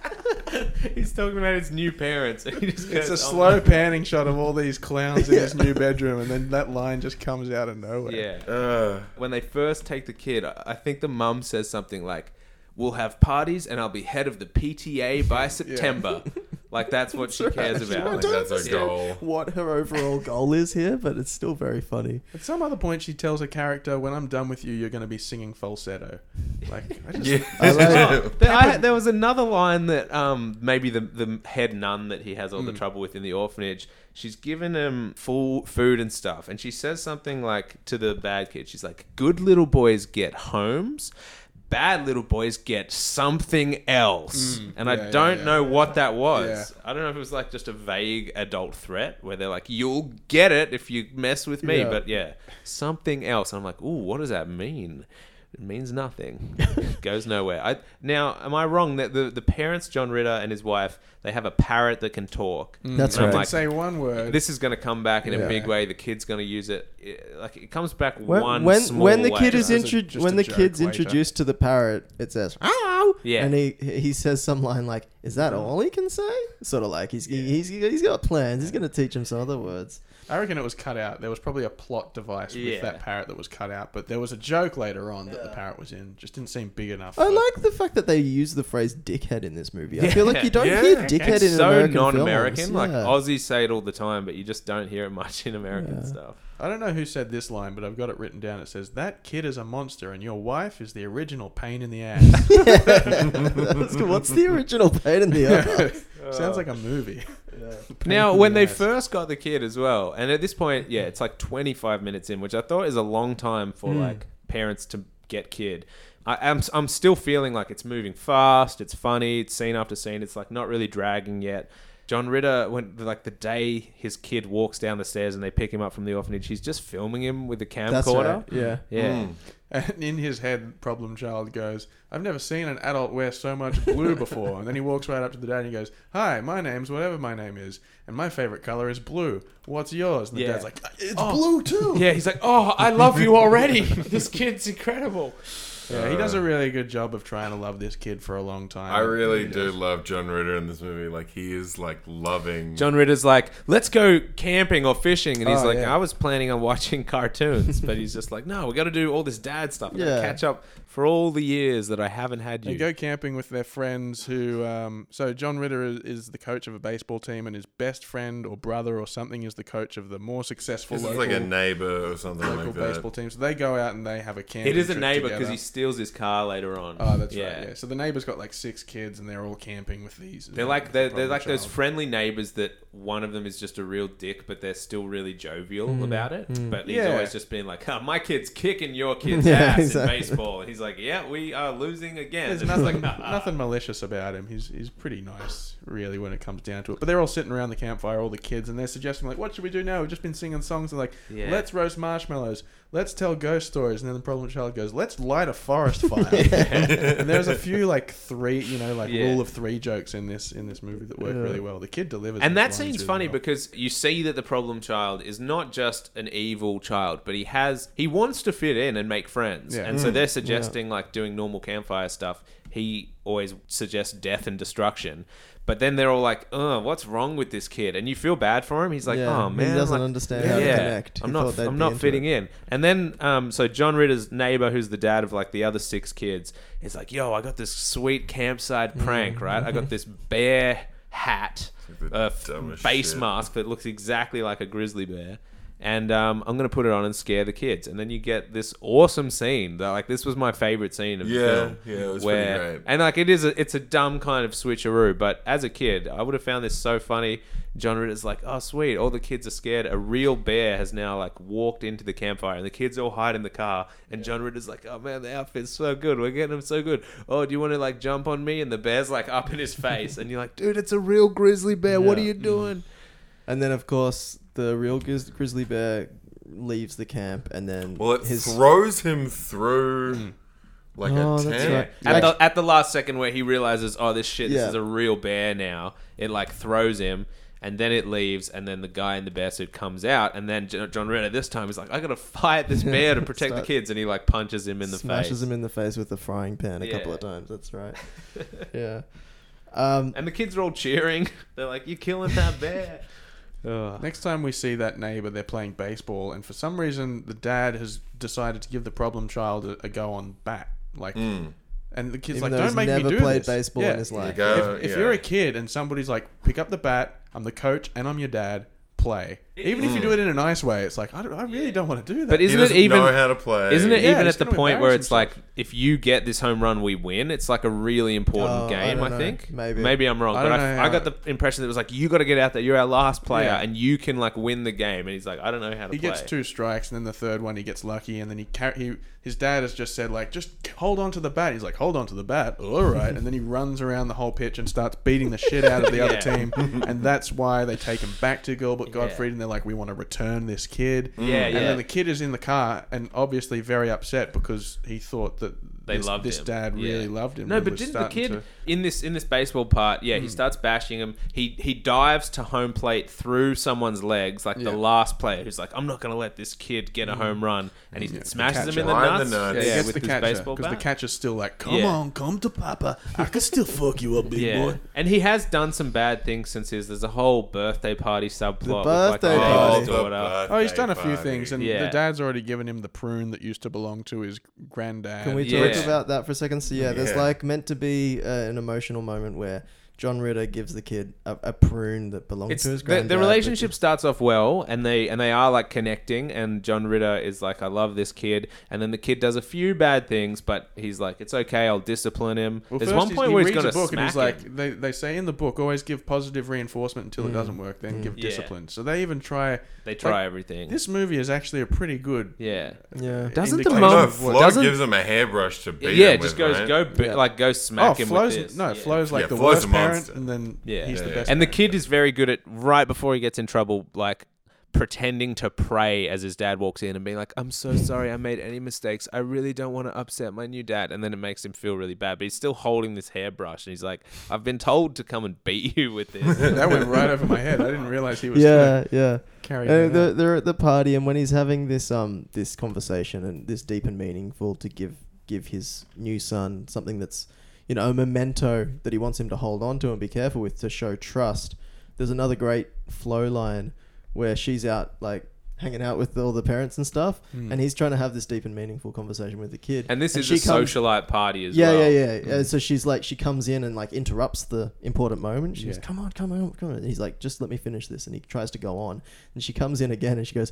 S1: He's talking about his new parents. [LAUGHS] And he just
S4: It's
S1: goes,
S4: a
S1: "Oh
S4: slow panning shot of all these clowns in his new bedroom, and then that line just comes out of nowhere.
S1: my-" Yeah.
S3: "Ugh."
S1: when they first take the kid, I I think the mum says something like, "We'll have parties, and I'll be head of the PTA by September." like that's what she cares about.
S3: Like,
S1: Like,
S3: that's a goal.
S2: what her overall goal is here, but it's still very funny.
S4: At some other point, she tells her character, "When I'm done with you, you're going to be singing falsetto." Like, I just,
S3: Yeah.
S2: like-
S1: there, I, there was another line that um, maybe the, the head nun that he has all the
S4: Mm.
S1: trouble with in the orphanage. She's given him full food and stuff, and she says something like to the bad kid. She's like, "Good little boys get homes." Bad little boys get something else, and I
S4: Mm. yeah,
S1: don't
S4: yeah.
S1: know what that was.
S4: Yeah.
S1: I don't know if it was like just a vague adult threat where they're like, "You'll get it if you mess with me,"
S4: Yeah.
S1: but yeah, something else. And I'm like, "Ooh, what does that mean?" It means
S2: [LAUGHS]
S1: nothing. It goes nowhere. I now, am I wrong that the the parents, John Ritter and his wife, they have a parrot that can talk?
S2: That's
S1: And
S4: I
S1: I'm
S4: can
S1: like,
S4: say one word.
S1: this is going to come back in
S4: Yeah.
S1: a big way. The kid's going to use it. It- Like it comes back
S2: When
S1: one
S2: when,
S1: small
S2: when the
S1: way.
S2: kid is
S4: Just as a-
S2: intro-
S4: just
S2: when
S4: a
S2: the
S4: joke
S2: kid's
S4: later.
S2: introduced to the parrot, it says "ow,"
S1: Yeah.
S2: and he he says some line like, "Is that all he can say?" Sort of like he's he's he's got plans. He's going to teach him some other words.
S4: I reckon it was cut out. There was probably a plot device with
S1: Yeah.
S4: that parrot that was cut out, but there was a joke later on that the parrot was in. Just didn't seem big enough.
S2: I
S4: for-
S2: like the fact that they use the phrase "dickhead" in this movie. I feel like you don't
S3: Yeah.
S2: hear "dickhead"
S1: it's
S2: in
S1: so
S2: American
S1: non-American.
S2: films.
S1: Like
S2: [LAUGHS] Yeah.
S1: Aussies say it all the time, but you just don't hear it much in American stuff.
S4: I don't know who said this line, but I've got it written down. It says, "That kid is a monster, and your wife is the original pain in
S2: [LAUGHS]
S4: the ass." [LAUGHS]
S2: That was good. [LAUGHS] What's the original pain in the
S1: Oh.
S2: ass?
S4: Sounds like a movie. [LAUGHS]
S1: Now, when they
S4: Yes.
S1: first got the kid as well, and at this point, yeah, it's like 25 minutes in, which I thought is a long time for
S2: Hmm.
S1: like parents to get kid. I, I'm I'm still feeling like it's moving fast. It's funny. It's scene after scene. It's like not really dragging yet. John Ritter, when like the day his kid walks down the stairs and they pick him up from the orphanage, he's just filming him with a
S2: That's
S1: camcorder.
S2: right. Hmm. Yeah.
S1: Yeah,
S4: And in his head, Problem Child goes, I've never seen an adult wear so much blue before. and then he walks right up to the dad and he goes, Hi, my name's whatever my name is. And my favorite color is blue. What's yours? And the
S1: Yeah.
S4: dad's like, It's blue too.
S1: yeah. He's like, oh, I love you already. [LAUGHS] this kid's incredible.
S4: Yeah, he does a really good job of trying to love this kid for a long time.
S3: Uh, I really do love John Ritter in this movie. Like he is like loving.
S1: John Ritter's like, let's go camping or fishing. And he's
S4: Oh,
S1: like,
S4: yeah.
S1: I was planning on watching [LAUGHS] cartoons. but he's just like, no, we got to do all this dad stuff. I got
S2: Yeah.
S1: to catch up for all the years that I haven't had
S4: They
S1: you.
S4: go camping with their friends who. Um, so John Ritter is, is the coach of a baseball team, and his best friend or brother or something is the coach of the more successful
S3: This is
S4: local,
S3: like a neighbor or something
S4: local
S3: like that.
S4: baseball team. So they go out and they have a camp.
S1: it is a neighbor because he steals his car later on.
S4: Oh, that's right. Yeah. So the neighbor's got like six kids, and they're all camping with these.
S1: They're like they're, they're like those friendly neighbors that one of them is just a real dick, but they're still really jovial about it. But he's
S4: Mm. Yeah.
S1: always just been like, oh, "My kid's kicking
S4: [LAUGHS]
S1: your kid's
S2: Yeah,
S1: ass
S2: exactly.
S1: in baseball." And he's like, "Yeah, we are losing again."
S4: There's
S1: And it's [LAUGHS]
S4: nothing,
S1: like,
S4: nothing malicious about him. He's he's pretty nice, really, when it comes down to it. But they're all sitting around the campfire, all the kids, and they're suggesting like, "What should we do now? We've just been singing songs. They're like,
S1: Yeah.
S4: let's roast marshmallows, let's tell ghost stories." And then the problem child goes, "Let's light a
S1: [LAUGHS]
S4: forest fire." and there's a few like three, you know, like
S1: Yeah.
S4: rule of three jokes in this in this movie that work really well. The kid delivers,
S1: And
S4: those
S1: that
S4: lines
S1: scene's
S4: really
S1: funny
S4: well.
S1: because you see that the problem child is not just an evil child, but he has he wants to fit in and make friends.
S4: Yeah.
S1: And
S2: Hmm.
S1: so they're suggesting like doing normal campfire stuff. He always suggests death and destruction. But then they're all like, "Oh, what's wrong with this kid?" And you feel bad for him. He's like,
S2: Yeah,
S1: "Oh
S2: he
S1: man,
S2: doesn't
S1: like,
S2: understand how to connect. He
S1: I'm
S2: thought
S1: not,
S2: they'd
S1: I'm
S2: be
S1: not
S2: into
S1: fitting
S2: it.
S1: in." And then, um, so John Ritter's neighbor, who's the dad of like the other six kids, is like, "Yo, I got this sweet campsite
S2: Mm.
S1: prank, right? I
S2: Mm-hmm.
S1: got this bear hat,
S3: The
S1: a f-
S3: dumbest
S1: face
S3: shit.
S1: mask that looks exactly like a grizzly bear." And um, I'm gonna put it on and scare the kids, and then you get this awesome scene. That like this was my favorite scene of the
S3: Yeah,
S1: film.
S3: yeah, it was
S1: where,
S3: pretty great.
S1: And like it is, a, it's a dumb kind of switcheroo. But as a kid, I would have found this so funny. John Ritter's like, "Oh, sweet, all the kids are scared. A real bear has now like walked into the campfire, and the kids all hide in the car. And John Ritter's like, "Oh man, the outfit's so good. We're getting them so good. Oh, do you want to like jump on me?" And the bear's like up in his face, and you're like, "Dude, it's a real grizzly bear. What are
S2: Yeah.
S1: you doing?"
S2: And then, of course, the real grizz- grizzly bear leaves the camp, and then
S3: Well, it
S2: his
S3: throws him through like
S2: Oh,
S3: a
S2: that's
S3: tent.
S2: right.
S1: At, the, at the last second where he realizes, oh, this shit,
S2: Yeah.
S1: this is a real bear now. It like throws him, and then it leaves, and then the guy in the bear suit comes out, and then Jo- John Renner this time is like, I gotta fight this
S2: [LAUGHS]
S1: bear to protect the
S2: Start-
S1: kids, and he like punches him in the
S2: Smashes
S1: face,
S2: him in the face with a frying pan a couple
S1: Yeah.
S2: of times. That's right. yeah. Um,
S1: and the kids are all cheering. [LAUGHS] They're like, "You're killing that bear." Ugh.
S4: Next time we see that neighbor, they're playing baseball, and for some reason, the dad has decided to give the problem child a, a go on bat. Like,
S3: Mm.
S4: and the kid's
S2: Even
S4: like,
S2: though
S4: "Don't
S2: he's
S4: make
S2: never
S4: me do
S2: played
S4: this."
S2: baseball in his life.
S3: You go,
S4: If, if
S3: yeah.
S4: you're a kid and somebody's like, "Pick up the bat. I'm the coach, and I'm your dad. Play." Even
S3: Hmm.
S4: if you do it in a nice way, it's like, "I, don't- I really don't want to do that."
S1: But
S3: he
S1: isn't it
S3: doesn't
S1: even?
S3: know how to play.
S1: Isn't it
S4: Yeah,
S1: even
S4: he's
S1: at the
S4: gonna
S1: point where
S4: embarrass
S1: it's like, if you get this home run, we win? It's like a really important
S2: Oh, I
S1: game, I,
S2: don't know.
S1: think.
S2: Maybe.
S1: Maybe I'm wrong,
S4: I
S1: but
S4: don't
S1: I,
S4: know
S1: I
S4: how-
S1: got the impression that it was like, you got to get out there. You're our last player,
S4: Yeah.
S1: and you can like win the game. And he's like, I don't know how to
S4: he
S1: play.
S4: gets two strikes, and then the third one he gets lucky, and then he, car- he his dad has just said like, "Just hold on to the bat." He's like, "Hold on to the bat, all right." and then he runs around the whole pitch and starts beating the shit out of the other
S1: [LAUGHS] Yeah.
S4: team, and that's why they take him back to Gilbert Gottfried, and they're like, "We want to return this kid."
S1: Mm. Yeah,
S4: and
S1: yeah.
S4: then the kid is in the car and obviously very upset because he thought that
S1: they
S4: this,
S1: loved
S4: this
S1: him.
S4: dad
S1: Yeah.
S4: really loved him.
S1: No,
S4: and
S1: but
S4: was
S1: didn't the
S4: starting
S1: kid
S4: to- Hmm.
S1: in this in this baseball part? Yeah, he starts bashing him. He he dives to home plate through someone's legs, like
S4: Yeah. Hmm.
S1: the last player who's like, I'm not gonna let this kid get a home run, and he smashes him in the
S3: Catcher.
S1: nuts.
S3: Behind the nuts.
S1: Yeah,
S4: Yeah, he gets
S1: with
S4: the
S1: his
S4: catcher
S1: baseball
S4: because
S1: bat.
S4: the catcher's still like, "Come
S1: Yeah.
S4: on, come to Papa. I can still fuck you up, big
S1: Yeah,
S4: boy."
S1: and he has done some bad things since his. There's a whole birthday party subplot. with
S2: birthday
S1: like a
S2: party.
S1: his daughter.
S4: Oh, he's done a few
S3: birthday
S4: things,
S3: party.
S4: and the
S1: Yeah.
S4: dad's already given him the prune that used to belong to his granddad.
S2: Can we
S1: Yeah.
S2: talk about that for a second? So yeah, there's
S3: Yeah.
S2: like meant to be uh, an emotional moment where John Ritter gives the kid a, a prune that belonged
S1: It's
S2: to his
S1: the,
S2: granddad.
S1: the
S2: which
S1: relationship
S2: is-
S1: starts off well, and they and they are like connecting. And John Ritter is like, "I love this kid," and then the kid does a few bad things, but he's like, "It's okay, I'll discipline him."
S4: Well,
S1: There's
S4: first
S1: one
S4: he's-
S1: point
S4: he
S1: where he's
S4: reads
S1: gonna
S4: a book and
S1: smack
S4: he's like,
S1: him.
S4: They, they say in the book, always give positive reinforcement until it doesn't work, then give
S1: Mm. Yeah.
S4: discipline. So they even try.
S1: They try
S4: like,
S1: everything.
S4: This movie is actually a pretty good. oh,
S1: yeah,
S2: Yeah.
S1: Doesn't the
S4: indication
S1: mum-
S3: I
S4: of
S3: know
S1: Um,
S4: what-
S1: Flo-
S3: Flo
S1: doesn't-
S3: gives him a airbrush to beat
S1: yeah.
S3: him
S1: It just
S3: with,
S1: goes
S3: right?
S1: go bi-
S2: Yeah.
S1: like go
S4: Oh,
S1: smack him
S4: Flo's
S1: with this.
S4: no,
S1: Yeah.
S4: Flo's like
S3: Yeah,
S4: the
S3: Flo's
S4: worst
S3: a
S4: parent,
S3: monster.
S4: and then
S1: Yeah.
S4: he's the
S3: Yeah.
S1: [LAUGHS]
S4: best.
S1: And the
S4: parent.
S1: kid is very good at right before he gets in trouble, like pretending to pray as his dad walks in and being like, "I'm so sorry, I made any mistakes. I really don't want to upset my new dad." And then it makes him feel really bad, but he's still holding this hairbrush and he's like, "I've been told to come and beat you with
S2: [LAUGHS]
S1: this."
S4: that went right over my head. I didn't realize he was. gonna
S2: Yeah, yeah.
S4: carry
S2: Uh,
S4: that out.
S2: they're, they're at the party, and when he's having this um this conversation and this deep and meaningful to give give his new son something that's you know a memento that he wants him to hold on to and be careful with to show trust. There's another great flow line where she's out like hanging out with all the parents and stuff, and he's trying to have this deep and meaningful conversation with the kid.
S1: and this is
S2: she
S1: a
S2: comes-
S1: socialite party as
S2: yeah,
S1: well. Mm.
S2: yeah, yeah, yeah. So she's like, she comes in and like interrupts the important moment. She goes, "Come on, come on, come on." And he's like, "Just let me finish this." And he tries to go on, and she comes in again, and she goes,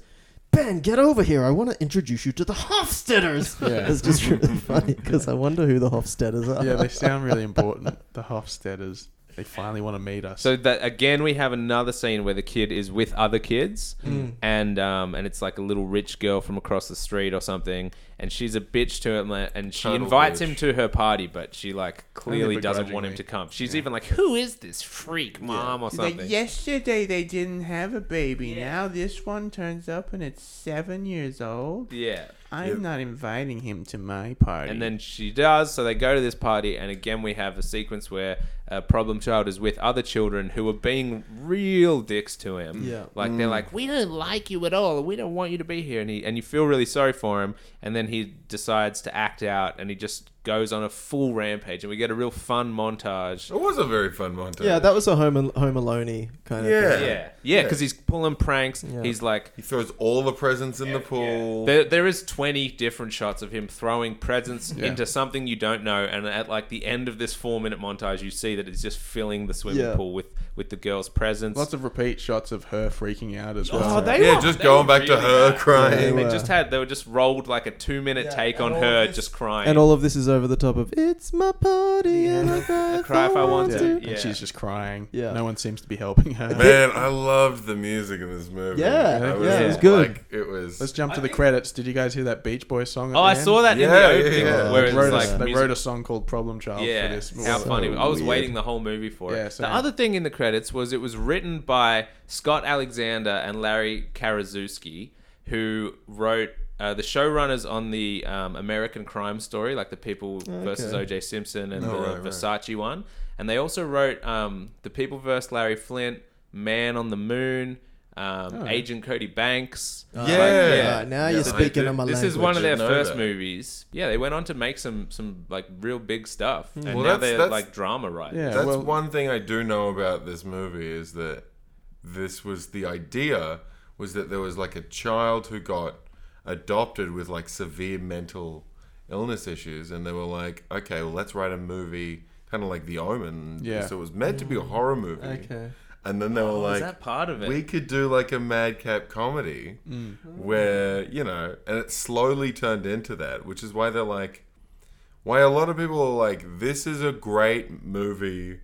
S2: "Ben, get over here. I want to introduce you to the
S1: [LAUGHS]
S2: Hofstetters."
S4: Yeah.
S2: it's just really funny because I wonder who the Hofstetters
S1: [LAUGHS]
S2: are.
S4: yeah, they sound really important. The Hofstetters. They finally want to meet us.
S1: So that again, we have another scene where the kid is with other kids,
S3: Hmm.
S1: and um, and it's like a little rich girl from across the street or something, and she's a bitch to him, and she
S3: Total
S1: invites
S3: bitch.
S1: him to her party, but she like clearly doesn't want him
S4: begrudgingly.
S1: to come. She's even like, "Who is this freak mom or something?"
S6: yesterday they didn't have a baby. Now this one turns up and it's seven years old.
S1: yeah.
S6: I'm not inviting him to my
S1: And
S6: party.
S1: then she does. So they go to this party, and again, we have a sequence where a problem child is with other children who are being real dicks to him.
S2: Yeah.
S1: like they're like, "We don't like you at all. We don't want you to be here." And he and you feel really sorry for him. And then he decides to act out, and he just goes on a full rampage, and we get a real fun montage.
S3: It was a very fun montage.
S2: yeah, that was a home Al- home alone kind of
S3: Yeah.
S2: thing.
S1: Yeah, yeah, because he's pulling pranks. He's like.
S3: He throws all the presents in the pool.
S1: There, there is 20 different shots of him throwing presents
S4: Yeah.
S1: into something you don't know and at like the end of this four minute montage you see that it's just filling the swimming
S2: Yeah.
S1: pool with with the girls presents Oh,
S4: Lots of repeat shots of her freaking out as well.
S3: yeah, just going back to her
S1: they,
S3: crying.
S2: were.
S1: just had they were just rolled like a two minute take on her just crying
S2: And all of this is over the top of "It's my party and I cry,
S1: I cry if I want to.
S4: And she's just crying.
S2: Yeah.
S4: No one seems to be helping her.
S3: Man, I loved the music in this movie.
S2: Yeah,
S3: I
S2: yeah, it was
S3: like,
S2: good.
S3: it was.
S4: Let's jump to the credits. Did you guys hear that Beach Boy song? at
S1: oh
S4: the
S1: I
S4: end?
S1: saw that in the
S3: Yeah, yeah,
S1: opening
S3: yeah.
S1: where
S4: They wrote,
S1: it's
S4: a,
S1: like
S4: they
S1: music-
S4: wrote a song called Problem Child
S1: yeah,
S4: for this.
S1: How
S4: So
S1: funny. I was
S4: weird.
S1: waiting the whole movie for it.
S4: Yeah, same.
S1: the other thing in the credits was it was written by Scott Alexander and Larry Karaszewski, who wrote Uh, the showrunners on the um, American Crime Story, like the People
S4: Oh,
S1: versus
S2: Okay.
S1: O.J. Simpson and
S3: Oh,
S1: the
S3: right, right.
S1: Versace one, and they also wrote um, the People versus Larry Flint, Man on the Moon, um, Agent Cody Banks. Like,
S3: Yeah.
S2: Right, now you're
S3: Yeah, they
S2: speaking
S3: do.
S2: on my
S1: this
S2: language.
S1: is one of their
S3: Didn't know
S1: first
S3: that.
S1: movies. Yeah, they went on to make some some like real big stuff, and
S3: Well,
S1: now
S3: that's-
S1: they're
S3: that's-
S1: like drama writers.
S4: Yeah,
S3: That's
S4: well-
S3: one thing I do know about this movie is that this was the idea was that there was like a child who got adopted with like severe mental illness issues, and they were like, okay, well, let's write a movie kind of like The Omen.
S4: Yeah.
S3: So it was meant to be a horror movie.
S4: Okay.
S3: And then they were
S1: Oh, Is
S3: like,
S1: that part of it?
S3: we could do like a madcap comedy
S4: Mm.
S3: where you know and it slowly turned into that which is why they're like why a lot of people are like this is a great movie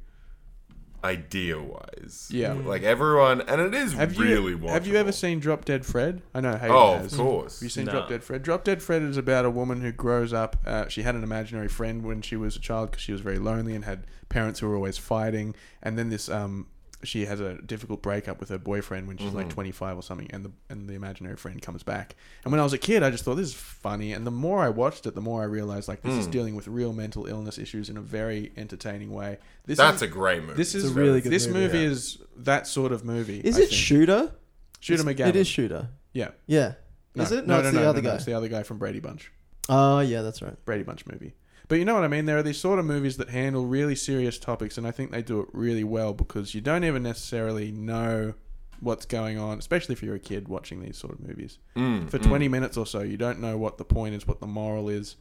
S3: idea wise
S4: Yeah.
S2: Mm.
S3: like everyone and it is
S4: Have you
S3: really watchable.
S4: have you ever seen Drop Dead Fred? I know. Hayden
S3: oh
S4: has.
S3: of course
S4: Have you seen
S1: No.
S4: Drop Dead Fred? Drop Dead Fred is about a woman who grows up. Uh, she had an imaginary friend when she was a child because she was very lonely and had parents who were always fighting. And then this, um, she has a difficult breakup with her boyfriend when she's
S2: Mm-hmm.
S4: like 25 or something. And the and the imaginary friend comes back. And when I was a kid, I just thought this is funny. And the more I watched it, the more I realized like this
S2: Hmm.
S4: is dealing with real mental illness issues in a very entertaining way. This
S3: that's
S4: is,
S3: a great movie
S4: this is
S2: a really good
S4: This
S2: movie,
S4: movie, is that sort of movie.
S2: Is
S4: I
S2: it
S4: think.
S2: Shooter?
S4: Shooter
S2: It's-
S4: McGavin?
S2: It is Shooter.
S4: Yeah.
S2: Yeah. Is it? No, it's the other guy.
S4: It's the other guy from Brady Bunch.
S2: Oh, yeah, that's right.
S4: Brady Bunch movie. But you know what I mean? There are these sort of movies that handle really serious topics, and I think they do it really well because you don't even necessarily know what's going on, especially if you're a kid watching these sort of movies.
S3: Mm,
S4: For 20 minutes or so, you don't know what the point is, what the moral is,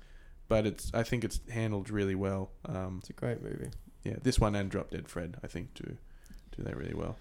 S4: but it's I think it's handled really well. Um,
S2: It's a great movie.
S4: yeah, this one and Drop Dead Fred, I think, do do that really well.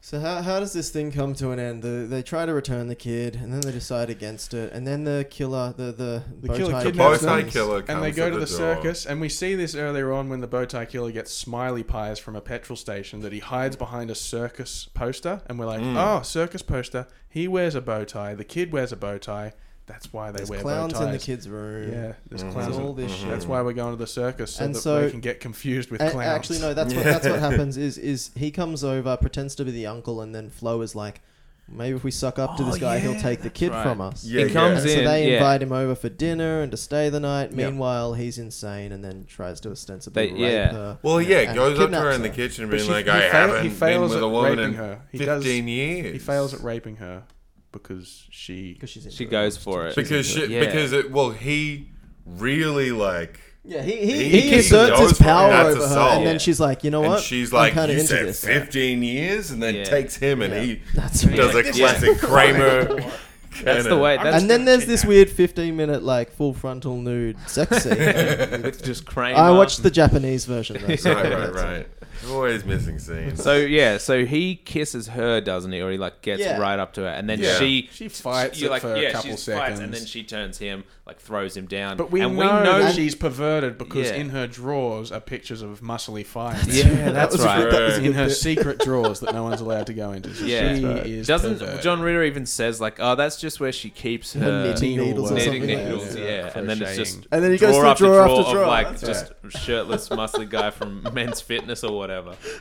S2: So how, how does this thing come to an end? The, they try to return the kid, and then they decide against it, and then the killer, the the
S4: The
S2: bow
S4: killer
S2: tie guy
S4: kidnaps them.
S2: comes.
S3: Bow tie killer.
S4: and they
S3: comes
S4: go
S3: to
S4: to the,
S3: the door.
S4: circus and we see this earlier on when the bow tie killer gets smiley pies from a petrol station that he hides behind a circus poster and we're like
S1: Mm.
S4: oh circus poster he wears a bow tie the kid wears a bow tie that's why they
S2: There's
S4: wear
S2: clowns
S4: bow
S2: in
S4: ties
S2: the kids' room.
S4: yeah there's
S1: Mm-hmm.
S2: There's
S4: clowns
S2: all this shit.
S4: that's why we're going to the circus so
S2: And
S4: that
S2: so-
S4: we can get confused with
S2: A-
S4: clowns
S2: Actually, no. That's what
S4: [LAUGHS]
S2: that's what happens. Is is he comes over, pretends to be the uncle, and then Flo is like, maybe if we suck up
S4: Oh,
S2: to this guy, he'll take the kid from us.
S3: yeah,
S1: It comes
S2: And so
S1: in,
S2: they
S1: yeah.
S2: invite him over for dinner and to stay the night. Meanwhile, he's insane and then tries to ostensibly
S1: They-
S2: rape
S1: yeah.
S2: her.
S3: well yeah,
S2: and
S3: goes up to her
S2: kidnaps
S3: in the
S2: her.
S3: kitchen and
S4: But
S3: being
S4: she-
S3: like
S4: he
S3: i
S4: fail- he
S3: haven't been
S4: fails
S3: with a
S4: at
S3: woman
S4: raping
S3: in
S4: her. He
S3: 15
S4: does-
S3: years
S4: he fails at raping her because she
S2: because she's into
S1: she
S2: it.
S1: goes for it
S3: because she,
S1: Yeah.
S3: because it well he really like
S2: Yeah, he he,
S3: He
S2: he,
S3: keeps
S2: asserts
S3: those
S2: his power
S3: from- that's
S2: over her,
S3: assault.
S2: and
S1: Yeah.
S2: then she's like, you know what?
S3: And she's
S2: I'm
S3: like,
S2: kinda
S3: you
S2: into
S3: said
S2: this."
S3: 15 years, and then
S1: Yeah.
S3: takes him and he
S2: That's right.
S1: [LAUGHS]
S3: does a classic Kramer.
S1: that's the way. That's
S2: and
S3: [LAUGHS]
S2: then there's this weird 15 minute like full frontal nude
S3: [LAUGHS]
S2: sex scene.
S1: it's just Kramer.
S2: I watched the Japanese version.
S1: [LAUGHS]
S2: Though, so
S3: [LAUGHS] Right, right,
S2: that's-
S3: right. Always missing scenes.
S1: So yeah, so he kisses her, doesn't he? Or he like gets
S2: Yeah.
S1: right up to her, and then
S3: Yeah.
S1: she
S4: She fights
S1: you're
S4: it for a
S1: she
S4: couple
S1: fights, and
S4: seconds.
S1: then she turns him, like throws him down.
S4: But we,
S1: and
S4: know, that
S2: that-
S4: she's perverted because
S1: Yeah.
S4: in her drawers are pictures of muscly [LAUGHS] thighs.
S1: [LAUGHS] yeah, that's
S2: was
S1: right.
S2: That was a
S4: in
S2: good
S4: her
S2: bit.
S4: secret drawers that no one's allowed to go into.
S1: Yeah,
S4: she
S1: That's
S4: is
S1: doesn't
S4: perverted.
S1: John Ritter even says like, "Oh, that's just where she keeps her,
S2: knitting
S4: needle
S2: Uh, needles or
S4: work.
S1: knitting
S2: something like
S1: needles,
S2: that.
S1: yeah, and then it's just
S4: Crocheting.
S2: And then he goes
S1: drawer
S2: through
S1: after drawer
S2: drawer after drawer.
S1: of like
S2: That's [LAUGHS]
S1: just shirtless, muscly guy from [LAUGHS] Men's Fitness or whatever.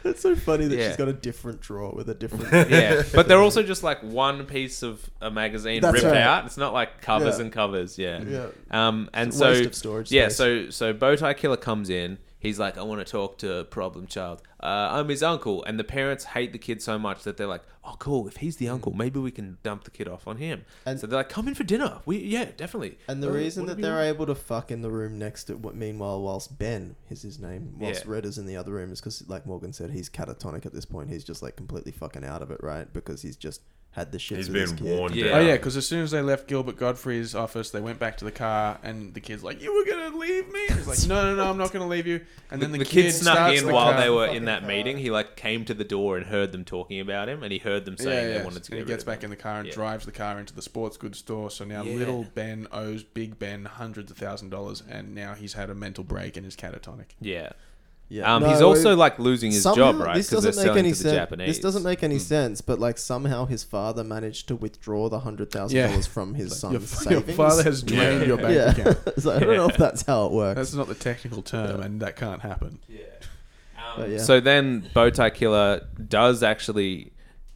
S2: It's so funny that
S1: Yeah.
S2: she's got a different drawer with a
S3: [LAUGHS]
S2: different.
S1: Yeah, but they're also just like one piece of a magazine
S2: That's
S1: ripped
S2: right.
S1: out. It's not like covers
S2: Yeah.
S1: and covers. Yeah.
S2: Yeah.
S1: Um, and
S2: It's a
S1: so
S2: waste of storage
S1: Yeah.
S2: space.
S1: So so Bowtie Killer comes in. He's like, I want to talk to Problem Child. Uh, I'm his uncle, and the parents hate the kid so much that they're like, Oh, cool. If he's the uncle, maybe we can dump the kid off on him.
S2: And-
S1: so they're like, Come in for dinner. We yeah, definitely.
S2: And the
S1: Uh,
S2: reason
S1: what
S2: that
S1: do you
S2: they're
S1: want?
S2: able to fuck in the room next to, what meanwhile, whilst Ben is his name, whilst
S1: Yeah.
S2: Red is in the other room, is because, like Morgan said, he's catatonic at this point. He's just like completely fucking out of it, right? Because he's just had the shit.
S3: He's
S2: with his
S3: been
S2: kid.
S3: worn
S1: Yeah.
S3: down.
S4: Oh yeah, because as soon as they left Gilbert Godfrey's office, they went back to the car, and the kid's like, "You were gonna leave me." He's like, "No, no, no, I'm not gonna leave you." And then the,
S1: the, kid, snuck
S4: starts
S1: in
S4: the
S1: while
S4: car.
S1: they were in that meeting. He like came to the door and heard them talking about him, and he heard them saying they wanted to.
S4: and
S1: get
S4: he gets
S1: rid of
S4: back in the car and
S1: Yeah.
S4: drives the car into the sports goods store. So now
S1: Yeah.
S4: little Ben owes Big Ben hundreds of thousand dollars, and now he's had a mental break and is catatonic.
S1: him. Yeah.
S2: Yeah.
S1: Um,
S2: No,
S1: he's
S2: it-
S1: also like losing his
S2: somehow-
S1: job, right?
S2: This
S1: 'Cause they're
S2: doesn't make
S1: selling
S2: any
S1: to the
S2: sense.
S1: Japanese. Mm.
S2: This doesn't make any sense. But like somehow his father managed to withdraw the hundred thousand
S4: Yeah.
S2: dollars from
S1: [LAUGHS]
S2: his
S4: Your,
S2: son's
S4: your
S2: savings.
S4: father has drained your bank
S2: yeah. [LAUGHS]
S4: account.
S2: so I don't know if that's how it works.
S4: That's not the technical term, and that can't happen.
S1: Um,
S2: but yeah.
S1: So then Bowtie Killer does actually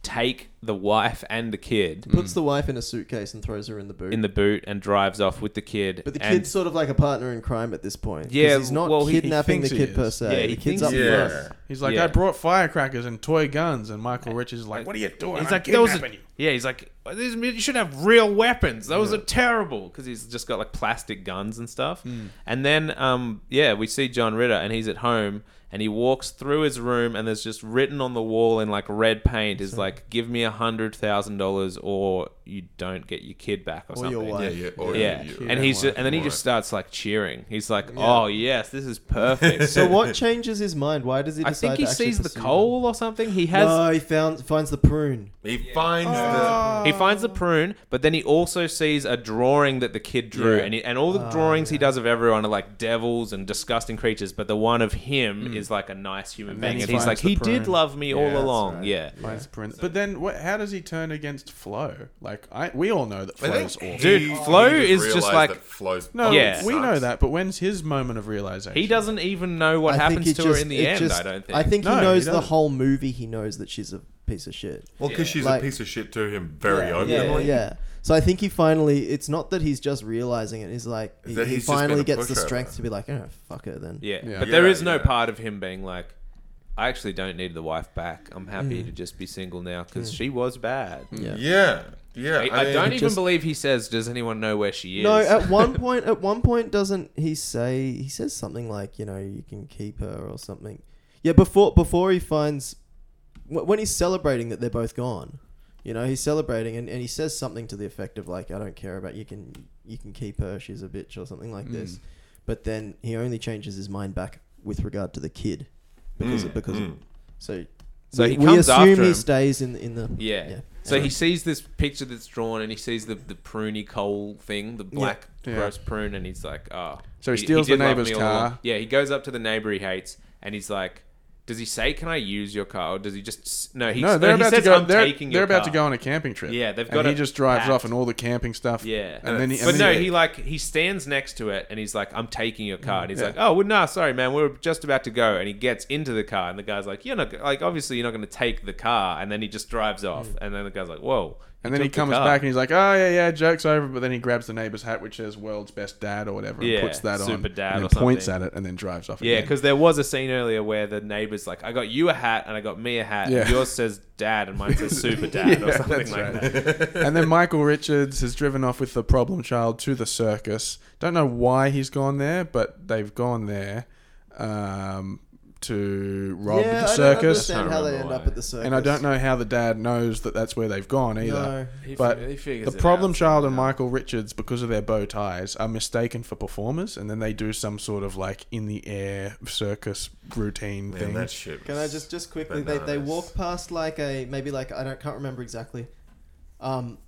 S1: take the wife and the kid
S2: Puts the wife in a suitcase and throws her in the boot.
S1: in the boot and drives off with the kid.
S2: but the
S1: and-
S2: kid's sort of like a partner in crime at this point. 'Cause
S1: Yeah,
S2: he's not
S1: well, he- he
S2: kidnapping
S4: thinks
S2: the
S4: he
S2: kid per
S4: is.
S2: se.
S1: Yeah,
S2: the
S1: he
S2: kid's
S1: thinks
S2: up
S1: he
S2: for
S3: is.
S2: us.
S4: He's like,
S1: Yeah.
S4: I brought firecrackers and toy guns, and Michael Rich is like, What are you doing?
S1: He's
S4: I'm
S1: like, those are,
S4: kidnapping you."
S1: yeah, he's like, "These- you should have real weapons. Those are terrible because he's just got like plastic guns and stuff. And then, um, yeah, we see John Ritter and he's at home and he walks through his room and there's just written on the wall in like red paint is like, give me a hundred thousand dollars or you don't get your kid back or,
S2: Or
S1: something.
S2: your wife.
S3: Yeah, Oh, yeah. Or
S1: Yeah,
S3: you-
S1: and he's just, and then he just starts like cheering. He's like, "Oh yes, this is perfect."
S2: So what changes his mind? Why does he
S1: I
S2: decide
S1: think he
S2: to actually
S1: sees the
S2: pursue
S1: coal or something. He
S2: them?
S1: has
S2: No, he found, finds the prune.
S3: He finds
S1: He finds the prune, but then he also sees a drawing that the kid drew,
S4: Yeah.
S1: and he, and all the drawings he does of everyone are like devils and disgusting creatures, but the one of him is like a nice human
S4: And then
S1: being,
S4: he
S1: and he's
S4: finds
S1: like,
S4: the
S1: he did
S4: prune."
S1: love me
S4: Yeah,
S1: all
S4: that's
S1: along,
S2: right.
S1: yeah.
S4: [LAUGHS] Finds the prince. But then, what, how does he turn against Flo? Like, I we all know that
S3: the. I think
S4: Flo's awful.
S1: Dude,
S3: he-
S1: Flo
S3: he
S1: is just
S3: realised
S1: like-
S3: that Flo's
S4: No,
S1: Yeah.
S4: we
S3: sucks.
S4: know that. But when's his moment of realization?
S1: He doesn't even know what
S2: I think
S1: happens to
S2: it
S1: her
S2: just-
S1: in
S2: it
S1: the end.
S2: just-
S1: I don't think.
S2: I think
S4: No,
S2: he
S4: he
S2: knows the
S4: doesn't.
S2: whole movie. He knows that she's a piece of shit.
S3: Well, because she's
S2: Like-
S3: a piece of shit to him very
S2: yeah,
S3: openly.
S2: yeah. So I think he finally. It's not that he's just realizing it. He's like he,
S3: That
S2: he
S3: he's just been
S2: finally
S3: a
S2: gets the
S3: pushover.
S2: strength to be like, oh fuck it then.
S1: yeah.
S4: Yeah.
S1: but there
S3: Yeah,
S1: is no
S3: yeah.
S1: part of him being like, I actually don't need the wife back. I'm happy to just be single now because she was bad.
S2: Yeah.
S3: Yeah. Yeah.
S1: I, I
S3: mean-
S1: don't even
S2: just-
S1: believe he says, "Does anyone know where she is?"
S2: No,
S1: [LAUGHS]
S2: at one point, at one point, doesn't he say he says something like, you know, you can keep her or something? Yeah, before before he finds wh- when he's celebrating that they're both gone, you know, he's celebrating and, and he says something to the effect of like, I don't care about you can you can keep her, she's a bitch or something like
S1: Mm.
S2: this. But then he only changes his mind back with regard to the kid because
S3: mm,
S2: of, because of, so
S1: Mm. So
S2: we,
S1: he
S2: we
S1: comes
S2: assume
S1: after
S2: he
S1: him.
S2: stays in in the
S1: Yeah. So he sees this picture that's drawn and he sees the, the pruny coal thing, the black
S4: Yeah.
S1: gross prune, and he's like, oh.
S4: So he steals the
S1: did love
S4: neighbor's
S1: me all along."
S4: car.
S1: Yeah, he goes up to the neighbor he hates and he's like, does he say, can I use your car? Or does he just. s- No, he,
S4: No, they're
S1: no, he
S4: about
S1: says,
S4: to go.
S1: I'm
S4: They're,
S1: taking
S4: they're
S1: your
S4: about
S1: car."
S4: to go on a camping trip.
S1: Yeah, they've
S4: and
S1: got
S4: He
S1: it
S4: just drives
S1: packed.
S4: off, and all the camping stuff.
S1: Yeah.
S4: and then he.
S1: but
S4: and
S1: no,
S4: then
S1: he like he stands next to it and he's like, "I'm taking your car," and he's
S4: Yeah.
S1: like, "Oh, well, no, sorry, man, we are just about to go." And he gets into the car, and the guy's like, "You're not like obviously you're not going to take the car," and then he just drives off, and then the guy's like, "Whoa!"
S4: And then he
S1: took the
S4: comes
S1: car."
S4: back and he's like, "Oh yeah, yeah, joke's over." But then he grabs the neighbor's hat, which says "World's Best Dad" or whatever, and
S1: Yeah,
S4: puts that on,
S1: Super Dad
S4: and
S1: or
S4: then points
S1: something.
S4: at it, and then drives off.
S1: Yeah,
S4: again.
S1: because there was a scene earlier where the neighbor's like, I got you a hat and I got me a hat.
S4: Yeah.
S1: And yours says dad and mine
S4: [LAUGHS]
S1: says super dad or
S4: Yeah,
S1: something
S4: that's
S1: like
S4: right.
S1: that.
S4: and then Michael Richards has driven off with the problem child to the circus. Don't know why he's gone there, but they've gone there um, to rob
S2: yeah,
S4: the
S2: I don't
S4: circus.
S2: understand
S1: Can't
S2: how they
S1: remember why.
S2: end up at the circus,
S4: And I don't know how the dad knows that that's where they've gone either.
S2: No.
S1: He
S4: but
S1: fi- he figures
S4: the
S1: it
S4: problem
S1: out
S4: child and Michael Richards, because of their bow ties, are mistaken for performers, and then they do some sort of like in the air circus routine
S3: Man,
S4: thing.
S3: that shit.
S2: Can I just just quickly? They, they
S3: bananas.
S2: walk past like a maybe like I don't can't remember exactly. Um,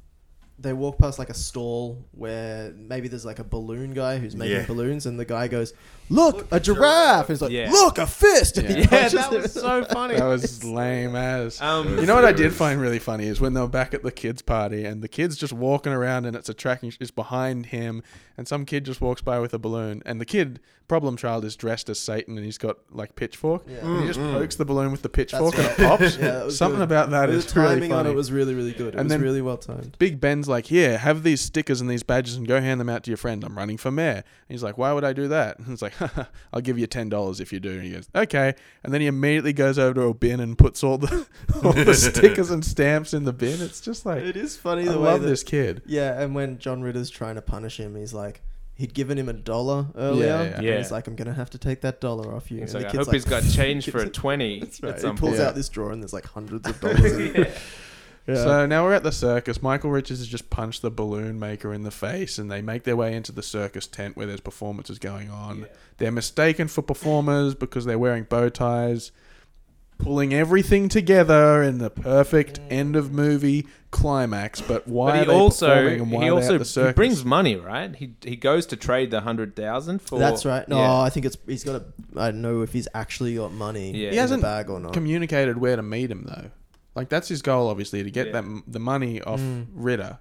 S2: they walk past like a stall where maybe there's like a balloon guy who's making
S3: Yeah.
S2: balloons, and the guy goes, "Look, a giraffe!" And he's like,
S1: Yeah.
S2: "Look, a fist!" [LAUGHS] And
S1: [LAUGHS]
S2: he
S4: [LAUGHS]
S1: Yeah,
S2: punches
S1: that
S2: it.
S1: was so funny.
S4: [LAUGHS] That was lame as.
S1: Um,
S4: you know what I did find really funny is when they were back at the kids' party and the kids just walking around and it's a tracking is behind him and some kid just walks by with a balloon and the kid problem child is dressed as Satan and he's got like pitchfork and he just
S1: Mm-hmm.
S4: pokes the balloon with the pitchfork and it pops.
S2: [LAUGHS] Yeah, that was
S4: Something
S2: good.
S4: about that
S2: the
S4: is
S2: timing
S4: really
S2: on
S4: funny.
S2: it was really really good. It
S4: And
S2: was
S4: then-
S2: really well timed.
S4: Big Ben's like, here, have these stickers and these badges and go hand them out to your friend. I'm running for mayor. And he's like, why would I do that? And he's like, [LAUGHS] I'll give you ten dollars if you do. And he goes, okay. And then he immediately goes over to a bin and puts all the [LAUGHS]
S2: [LAUGHS]
S4: all the stickers and stamps in the bin. It's just like,
S2: It is funny
S4: I
S2: the way
S4: love
S2: that,
S4: this kid.
S2: Yeah, and when John Ritter's trying to punish him, he's like. He'd given him a dollar earlier.
S4: Yeah, yeah.
S2: and
S1: Yeah.
S2: He's like, I'm gonna have to take that dollar off you.
S1: He's
S2: and
S1: like, I
S2: the
S1: hope
S2: kid's
S1: he's
S4: [LAUGHS]
S1: got change for a 20
S2: That's right.
S1: at
S2: He
S1: some
S2: pulls
S1: point.
S4: point.
S2: out this drawer and there's like
S1: [LAUGHS]
S2: hundreds of dollars. in it. Yeah.
S4: So now we're at the circus. Michael Richards has just punched the balloon maker in the face, and they make their way into the circus tent where there's performances going on. They're mistaken for performers because they're wearing bow ties, pulling everything together in the perfect end of movie climax. But why
S1: But
S4: are
S1: he
S4: they
S1: also
S4: performing and why
S1: he
S4: are they
S1: also
S4: at the circus?
S1: he brings money, right? He he goes to trade the hundred thousand for
S2: That's right. No,
S1: Yeah.
S2: I think it's he's got a. I don't know if he's actually got money
S1: Yeah.
S2: in
S1: He
S4: hasn't
S2: the bag or not.
S4: communicated where to meet him though. Like that's his goal, obviously, to get
S1: Yeah. Mm.
S4: that m- the money off Ritter.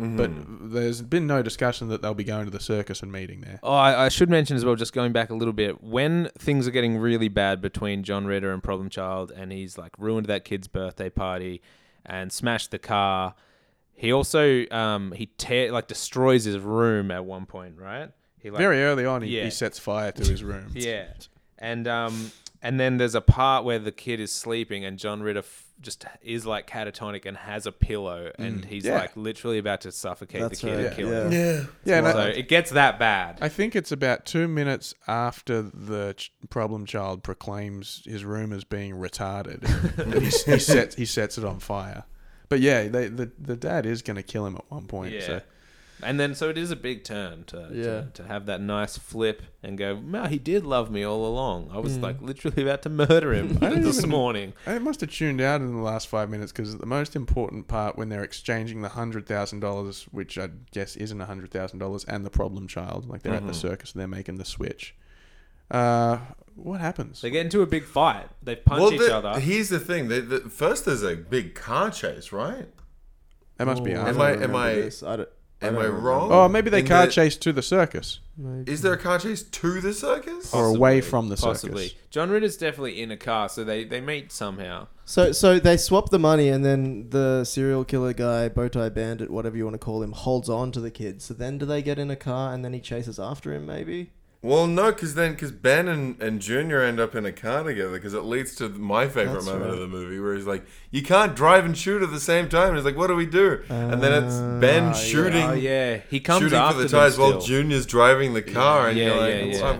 S2: Mm-hmm.
S4: But there's been no discussion that they'll be going to the circus and meeting there.
S1: Oh, I, I should mention as well, just going back a little bit, when things are getting really bad between John Ritter and Problem Child, and he's like ruined that kid's birthday party, and smashed the car. He also um, he tear like destroys his room at one point, right? He like
S4: Very early on, he,
S1: Yeah.
S4: he sets fire to his room.
S1: [LAUGHS] yeah, and um, and then there's a part where the kid is sleeping, and John Ritter f- just is like catatonic and has a pillow, and he's
S4: Yeah.
S1: like literally about to suffocate
S2: Mm. That's
S1: the kid
S2: right.
S1: and kill
S2: Yeah.
S1: him.
S4: yeah, yeah. and I-
S1: So it gets that bad.
S4: I think it's about two minutes after the ch- problem child proclaims his room as being
S1: [LAUGHS]
S4: retarded. that he, s- he sets he sets it on fire. But yeah, they, the the dad is going to kill him at one point.
S1: yeah.
S4: So
S1: And then, so it is a big turn to,
S2: Yeah.
S1: to to have that nice flip and go. No, he did love me all along. I was
S4: Mm.
S1: like literally about to murder
S4: [LAUGHS]
S1: him
S4: I don't
S1: this
S4: even-
S1: morning.
S4: I must have tuned out in the last five minutes because the most important part when they're exchanging the hundred thousand dollars, which I guess isn't a hundred thousand dollars, and the problem child, like they're at
S1: Mm-hmm.
S4: the circus and they're making the switch. Uh, what happens?
S1: They get into a big fight. They punch
S3: Well,
S1: each
S3: the-
S1: other.
S3: here's the thing. The, the, first, there's a big car chase, right?
S4: That must be.
S2: Oh,
S4: after.
S3: Am I-
S2: don't
S3: am I-
S2: remember this. I don't-
S3: Am
S2: don't
S3: I
S2: remember.
S3: wrong?
S4: Oh, maybe they
S3: In
S4: car
S3: the-
S4: chase to the circus
S3: Is there a car chase to the circus?
S2: Oh.
S4: or away from the circus.
S1: Possibly. John Ritter's definitely in a car, so they, they meet somehow.
S2: So, so they swap the money, and then the serial killer guy, bowtie bandit, whatever you want to call him, holds on to the kid. So then, do they get in a car, and then he chases after him? Maybe.
S3: Well, no, because then because Ben and, and Junior end up in a car together because it leads to my favorite
S2: That's
S3: moment of
S2: right.
S3: the movie where he's like, "You can't drive and shoot at the same time." And he's like, "What do we do?" and then it's
S2: Ah,
S3: Ben shooting,
S1: Oh yeah, he comes
S3: shooting
S1: after
S3: for the
S1: them
S3: tires while
S1: still.
S3: Junior's driving the car, and
S1: Yeah,
S3: you're like,
S1: yeah,
S3: "What's,
S1: yeah.
S3: up?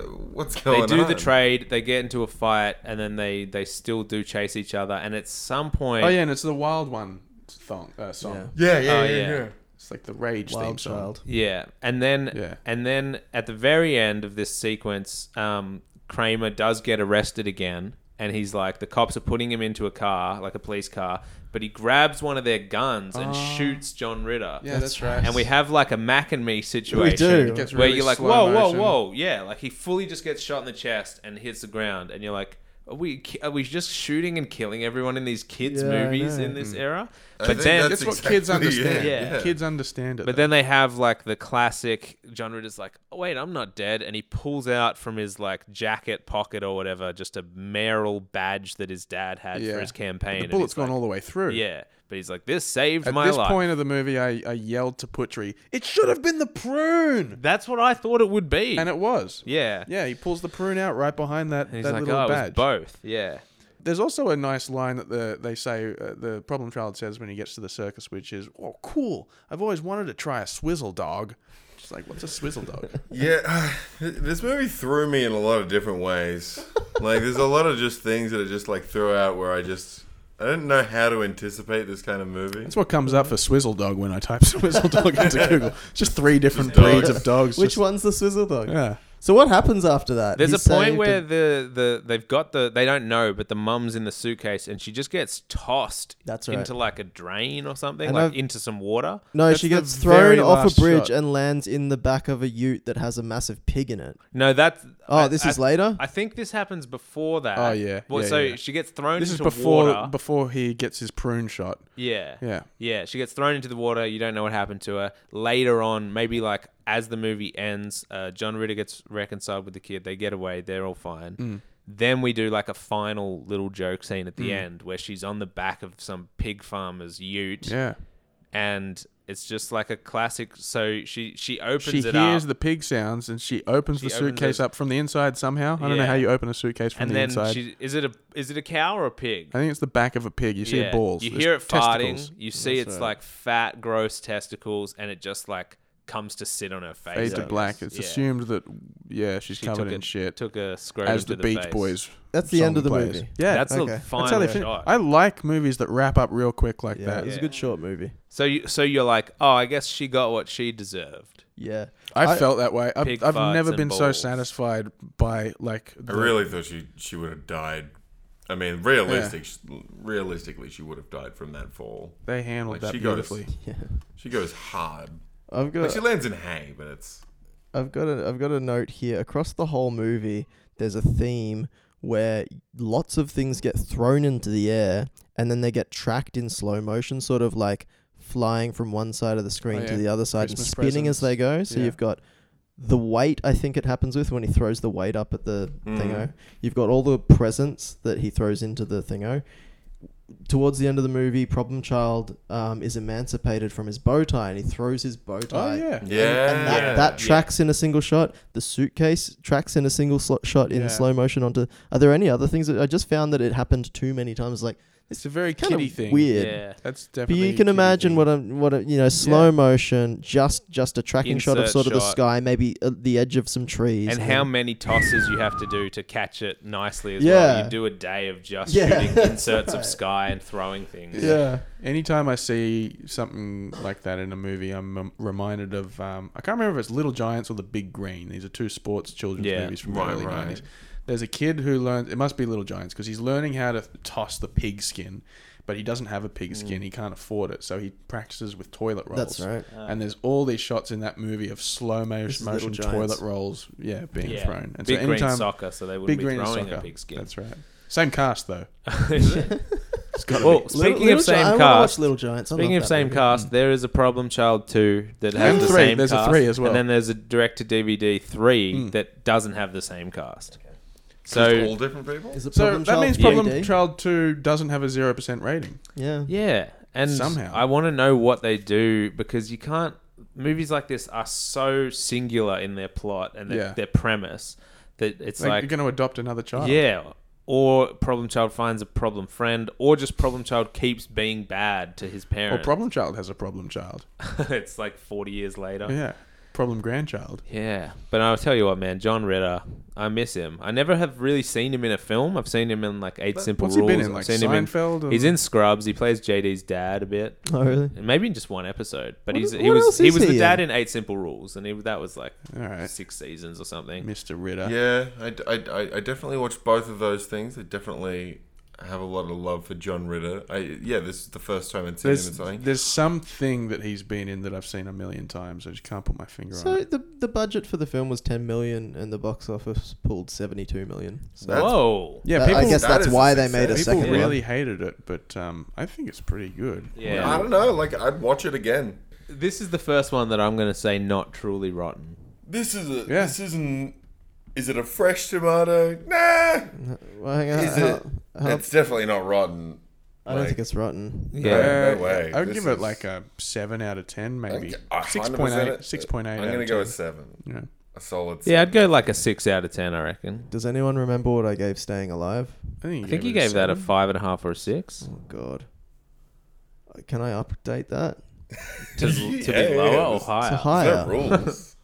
S3: Uh, what's going
S1: They
S3: on?"
S1: do the trade. They get into a fight, and then they they still do chase each other. And at some point,
S4: Oh yeah, and it's the Wild One thong, uh, song.
S2: Yeah.
S3: Yeah, yeah,
S1: Oh,
S3: yeah,
S1: yeah.
S3: yeah.
S4: It's like the Rage theme
S2: Wild
S4: song.
S2: child.
S1: Yeah, and then
S4: Yeah.
S1: and then at the very end of this sequence, um, Kramer does get arrested again, and he's like, the cops are putting him into a car, like a police car, but he grabs one of their guns and
S2: Ah.
S1: shoots John Ritter.
S4: Yeah, that's,
S2: That's
S4: right.
S1: And we have like a Mac and me situation
S2: do. It
S4: gets
S1: where
S4: really
S1: you're like,
S4: slow
S1: whoa,
S4: motion.
S1: whoa, whoa, yeah, like he fully just gets shot in the chest and hits the ground, and you're like, are we ki- are we just shooting and killing everyone in these kids
S2: Yeah, I
S1: movies
S2: know.
S1: in this era?
S3: Mm. I
S1: But
S3: think
S1: then
S4: that's what
S3: Exactly,
S4: [LAUGHS] kids understand.
S1: yeah, yeah.
S4: Kids understand it.
S1: but then they have like the classic John Ritter's like, oh, wait, I'm not dead, and he pulls out from his like jacket pocket or whatever just a mayoral badge that his dad had
S4: Yeah.
S1: for his campaign.
S4: the
S1: and
S4: bullet's
S1: he's
S4: gone
S1: like,
S4: all the way through.
S1: Yeah, but he's like, this saved
S4: At
S1: my
S4: this
S1: life.
S4: point of the movie, I, I yelled to Putri, "It should have been the prune,"
S1: That's what I thought it would be.
S4: and it was.
S1: yeah,
S4: Yeah, he pulls the prune out right behind that,
S1: And he's
S4: that
S1: like,
S4: little
S1: oh, it was
S4: badge.
S1: both. Yeah.
S4: There's also a nice line that the, they say uh, the problem child says when he gets to the circus, which is, "Oh, cool! I've always wanted to try a swizzle dog." She's like, "What's a swizzle dog?"
S3: Yeah, [SIGHS] this movie threw me in a lot of different ways. like, there's a lot of just things that I just like throw out where I just I didn't know how to anticipate this kind of movie.
S4: That's what comes up for swizzle dog when I type [LAUGHS] swizzle dog into Google. Just three different
S3: Just
S4: breeds
S3: dogs.
S4: of dogs.
S2: Which
S4: just-
S2: one's the swizzle dog?
S4: Yeah.
S2: So what happens after that?
S1: There's
S2: He
S1: a point
S2: saved
S1: where
S2: a-
S1: the, the they've got the they don't know, but the mum's in the suitcase and she just gets tossed
S2: That's right.
S1: into like a drain or something,
S2: And
S1: like
S2: I've-
S1: into some water.
S2: no,
S4: that's
S2: she
S4: the
S2: gets
S4: very
S2: thrown off
S4: last
S2: a bridge
S4: shot.
S2: and lands in the back of a Ute that has a massive pig in it.
S1: No, that's
S2: Oh,
S1: I-
S2: this
S1: I-
S2: is later.
S1: I think this happens before that.
S4: Oh, yeah.
S1: Well,
S4: Yeah,
S1: so
S4: yeah.
S1: she gets thrown
S4: This is
S1: into
S4: before
S1: water.
S4: before he gets his prune shot.
S1: yeah.
S4: Yeah.
S1: Yeah, she gets thrown into the water. You don't know what happened to her. Later on, maybe like as the movie ends, uh, John Ritter gets reconciled with the kid. They get away. They're all fine.
S4: Mm.
S1: Then we do like a final little joke scene at the end where she's on the back of some pig farmer's ute,
S4: Yeah.
S1: and it's just like a classic. So she she opens
S4: She
S1: it
S4: hears
S1: up,
S4: the pig sounds and she opens the
S1: She opens
S4: suitcase
S1: it.
S4: up from the inside somehow. I don't know
S1: Yeah.
S4: how you open a suitcase from
S1: and
S4: the
S1: then
S4: inside.
S1: she is it a is it a cow or a pig?
S4: I think it's the back of a pig. You see
S1: Yeah.
S4: balls.
S1: You
S4: There's
S1: hear it
S4: testicles.
S1: farting. You see it's like fat, gross testicles, and it just like comes to sit on her face.
S4: Fade
S1: I
S4: to
S1: guess.
S4: black. It's
S1: Yeah.
S4: assumed that yeah, she's
S1: She
S4: covered
S1: took
S4: in
S1: a,
S4: shit.
S1: Took a scrotum
S4: as
S1: to
S4: the, Beach
S1: face.
S4: Boys.
S2: That's the
S4: song
S2: end of the
S4: plays.
S2: movie.
S4: Yeah,
S1: That's
S2: okay.
S1: the
S2: That's
S4: that's how
S1: final
S4: they finish.
S1: shot.
S4: I like movies that wrap up real quick like
S2: Yeah,
S4: that.
S2: it was
S1: Yeah.
S2: a good short movie.
S1: so you so you're like, oh, I guess she got what she deserved.
S2: Yeah, [LAUGHS]
S4: I, felt that way. I've,
S1: Pig
S4: I've
S1: farts
S4: never
S1: and
S4: been so
S1: balls.
S4: satisfied by like.
S3: I
S4: The,
S3: really thought she she would have died. I mean, realistic, realistically, she would have died from that fall.
S4: They handled
S3: Like,
S4: that
S3: she goes-
S4: beautifully.
S3: She goes hard.
S2: I've got.
S3: Like she lands in hay, but it's
S2: I've got a I've got a note here. Across the whole movie, there's a theme where lots of things get thrown into the air and then they get tracked in slow motion, sort of like flying from one side of the screen
S4: Oh, yeah.
S2: to the other side
S4: Christmas
S2: and spinning as they go. So
S4: Yeah.
S2: you've got the weight I think it happens with when he throws the weight up at the
S3: Mm.
S2: thingo. You've got all the presents that he throws into the thingo. towards the end of the movie, Problem Child um, is emancipated from his bow tie and he throws his bow
S4: Oh
S2: tie.
S4: yeah.
S3: Yeah.
S2: And that, that tracks in a single shot. The suitcase tracks in a single slo- shot in
S4: Yeah.
S2: slow motion onto. Are there any other things that I just found that it happened too many times? Like
S4: It's a very
S2: kind
S4: kiddie
S2: of
S4: thing.
S2: weird.
S1: Yeah.
S4: That's
S2: But
S4: definitely.
S2: you can
S4: a kiddie
S2: imagine
S4: thing.
S2: what I'm, what a, you know, slow motion, just just a tracking shot of
S1: Insert
S2: sort of the
S1: shot.
S2: sky, maybe uh, the edge of some trees,
S1: And how many tosses you have to do to catch it nicely as well.
S2: Yeah.
S1: You do a day of just
S2: Yeah. [LAUGHS]
S1: shooting inserts of sky and throwing things.
S4: Yeah. Anytime I see something like that in a movie, I'm um, reminded of um, I can't remember if it's Little Giants or The Big Green. These are two sports children's
S1: Yeah.
S4: movies from
S3: Right,
S4: the early
S3: right.
S4: nineties. There's a kid who learns. It must be Little Giants because he's learning how to toss the pig skin, but he doesn't have a pig skin. He can't afford it, so he practices with toilet rolls.
S2: Mm. That's right.
S4: and there's all these shots in that movie of slow mo-
S2: is Little
S4: motion
S2: Giants.
S4: toilet rolls, yeah, being
S1: Yeah.
S4: thrown. And
S1: big
S4: so
S1: green
S4: anytime,
S1: soccer, so they
S4: big
S1: wouldn't be
S4: green
S1: throwing
S4: soccer.
S1: a big skin.
S4: That's right. Same cast though. It's gotta
S1: [LAUGHS]
S4: be.
S1: well, speaking
S2: Little-
S1: of
S2: Little Gi-
S1: same
S2: I wanna
S1: cast,
S2: watch Little Giants. I
S1: Speaking of
S2: love that
S1: same
S2: movie.
S1: cast, there is a Problem Child two that has
S4: And
S1: the
S4: three.
S1: same
S4: There's a
S1: cast,
S4: three as well.
S1: and
S4: Hmm.
S1: then there's a direct to DVD three that doesn't have the same cast.
S3: Just
S1: So
S3: all different people.
S2: Is it
S4: So
S2: Problem
S4: that
S2: Child
S4: means
S3: E
S2: DVD?
S4: Problem Child Two doesn't have a zero percent rating.
S2: Yeah.
S1: yeah, and
S4: Somehow.
S1: I want to know what they do because you can't. Movies like this are so singular in their plot and their,
S4: Yeah.
S1: their premise that it's
S4: Like,
S1: like,
S4: you're going to adopt another child.
S1: yeah. Or problem child finds a problem friend, or just problem child keeps being bad to his
S4: Or
S1: parents. [LAUGHS]
S4: Problem Child has a problem child.
S1: it's like forty years later.
S4: Yeah. Problem grandchild.
S1: Yeah, but I'll tell you what, man, John Ritter, I miss him. I never have really seen him in a film. I've seen him in like Eight Simple
S4: What's he
S1: Rules.
S4: been in? Like
S1: I've seen him in-
S4: Seinfeld? and-
S1: he's in Scrubs. He plays JD's dad a bit,
S2: Oh really?
S1: And maybe in just one episode. But
S2: What
S1: he's
S2: is-
S1: he
S2: what
S1: was
S2: else
S1: he
S2: is
S1: was
S2: he
S1: the dad
S2: in?
S1: in Eight Simple Rules, and he, that was like
S4: All right.
S1: six seasons or something.
S4: Mr. Ritter.
S3: Yeah, I, I, I, I definitely watched both of those things. I definitely have a lot of love for John Ritter. I, yeah, this is the first time I'd seen him in
S4: There's,
S3: something.
S4: there's something that he's been in that I've seen a million times. I just can't put my finger
S2: So
S4: on it.
S2: the the budget for the film was 10 million, and the box office pulled 72 million. So
S3: That's-
S1: Whoa.
S4: Yeah,
S2: that-
S4: people,
S2: I guess
S3: that
S2: that's
S3: is a
S2: why they made a
S3: success.
S4: people
S2: second
S4: really hated it, but um, I think it's pretty good.
S1: Yeah.
S3: I don't know. Like I'd watch it again.
S1: This is the first one that I'm going to say not truly rotten.
S3: This is a,
S4: Yeah.
S3: this isn't. Is it a fresh tomato? Nah.
S2: one. Well, hang on,
S3: Is
S2: how-
S3: it?
S2: how-
S3: It's definitely not rotten.
S2: I don't
S3: like-
S2: think it's rotten.
S3: No,
S1: Yeah.
S3: no way.
S4: Uh, I would
S3: This
S4: give it
S3: is-
S4: like a 7 out of 10, maybe.
S3: I- I
S4: 6.8.
S3: 100%
S4: 6.8
S3: I'm
S4: out
S3: gonna
S4: of
S3: go
S4: 10.
S3: with seven.
S4: Yeah.
S3: A solid. Seven.
S1: Yeah, I'd go like a six out of ten. I reckon.
S2: Does anyone remember what I gave Staying Alive?
S4: I think you
S1: I think you
S4: gave, it
S1: gave that a
S4: seven.
S1: five and a half or a six
S2: Oh God. Uh, Can I update that
S4: [LAUGHS]
S1: to, to
S3: Yeah,
S1: be
S3: yeah,
S1: lower
S3: yeah.
S1: or
S3: There's-
S1: higher.
S2: to
S3: No
S2: higher?
S3: rules.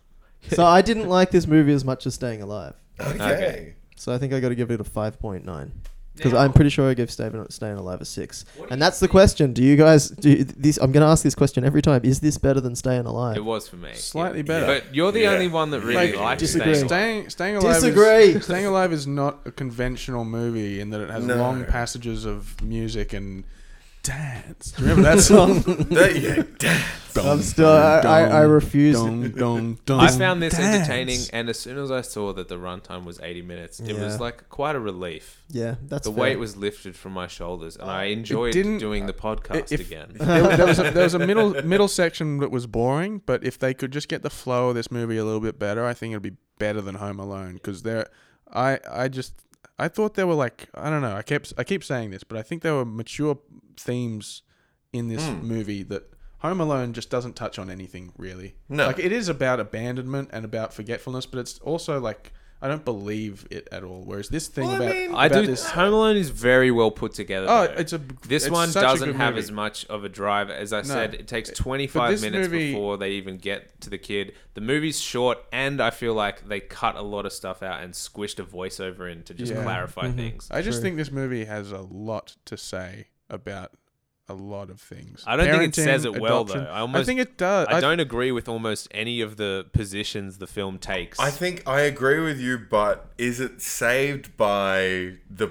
S2: So I didn't like this movie as much as Staying Alive.
S3: okay.
S2: So I think I got to give it a 5.9 because I'm pretty sure I gave Staying, Staying Alive a six. And that's the question. Do you guys? Do you, this? I'm going to ask this question every time. Is this better than Staying Alive?
S1: It was for me.
S4: Slightly
S1: Yeah.
S4: better.
S1: But you're the
S3: Yeah.
S1: only one that really
S3: Like,
S1: likes
S2: disagree.
S1: Staying Alive.
S4: Staying, staying alive.
S2: Disagree.
S4: Is, staying alive is not a conventional movie in that it has
S3: No.
S4: long passages of music and dance. Do you remember [LAUGHS] that [LAUGHS] song?
S3: That- yeah, damn.
S2: [LAUGHS] I'm still. I, I, I refuse.
S4: Dong, dong, dong,
S1: I found this
S4: dance.
S1: entertaining, and as soon as I saw that the runtime was 80 minutes, it
S2: Yeah.
S1: was like quite a relief.
S2: Yeah, that's
S1: The
S2: fair.
S1: weight was lifted from my shoulders, and I enjoyed
S4: didn't- uh,
S1: doing the podcast
S4: if-
S1: again.
S4: [LAUGHS] There, there was a, there was a middle
S1: [LAUGHS]
S4: middle section that was boring, but if they could just get the flow of this movie a little bit better, I think it'd be better than Home Alone because there, I I just I thought there were like I don't know I kept I keep saying this, but I think there were mature themes in this
S3: Hmm.
S4: movie that Home Alone just doesn't touch on anything really.
S3: No.
S4: like it is about abandonment and about forgetfulness, but it's also like. I don't believe it at all. Whereas this thing
S3: Well, I
S4: about,
S3: mean-
S1: I
S4: about
S1: do.
S4: this,
S1: Home Alone is very well put together.
S4: oh,
S1: though.
S4: it's a
S1: this
S4: it's
S1: one
S4: such a
S1: doesn't
S4: good
S1: have
S4: movie.
S1: as much of a drive. As I said, it takes 25
S4: this
S1: minutes
S4: movie-
S1: before they even get to the kid. The movie's short, and I feel like they cut a lot of stuff out and squished a voiceover in to just
S4: Yeah. Mm-hmm.
S1: clarify things.
S4: I just think this movie has a lot to say about a lot of things.
S1: I don't think it
S4: Parenting,
S1: says it well, though.
S4: adoption.
S1: I almost-
S4: think it does.
S1: I don't agree with almost any of the positions the film takes.
S3: I think I agree with you, but is it saved by the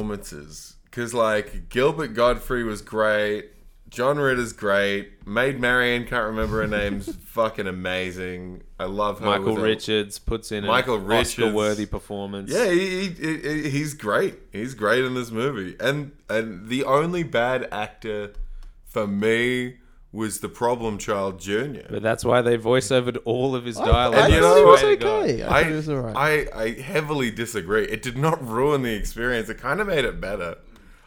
S3: performances? Because like Gilbert Godfrey was great, John Ritter's great, Maid Marian can't remember
S1: [LAUGHS]
S3: her name's fucking amazing. I love her.
S1: Michael
S3: with a-
S1: Richards puts in
S3: Michael
S1: an
S3: Richards.
S1: Oscar-worthy performance.
S3: Yeah, he, he, he, he's great. He's great in this movie, and and the only bad actor for me was the problem child Junior.
S1: but that's why they voiceovered all of his
S2: I,
S1: dialogue.
S3: And
S2: you
S3: you
S2: know
S3: know
S2: it was
S1: Swear to God.
S2: okay. I, thought it was alright.
S3: I, I heavily disagree. It did not ruin the experience. It kind of made it better.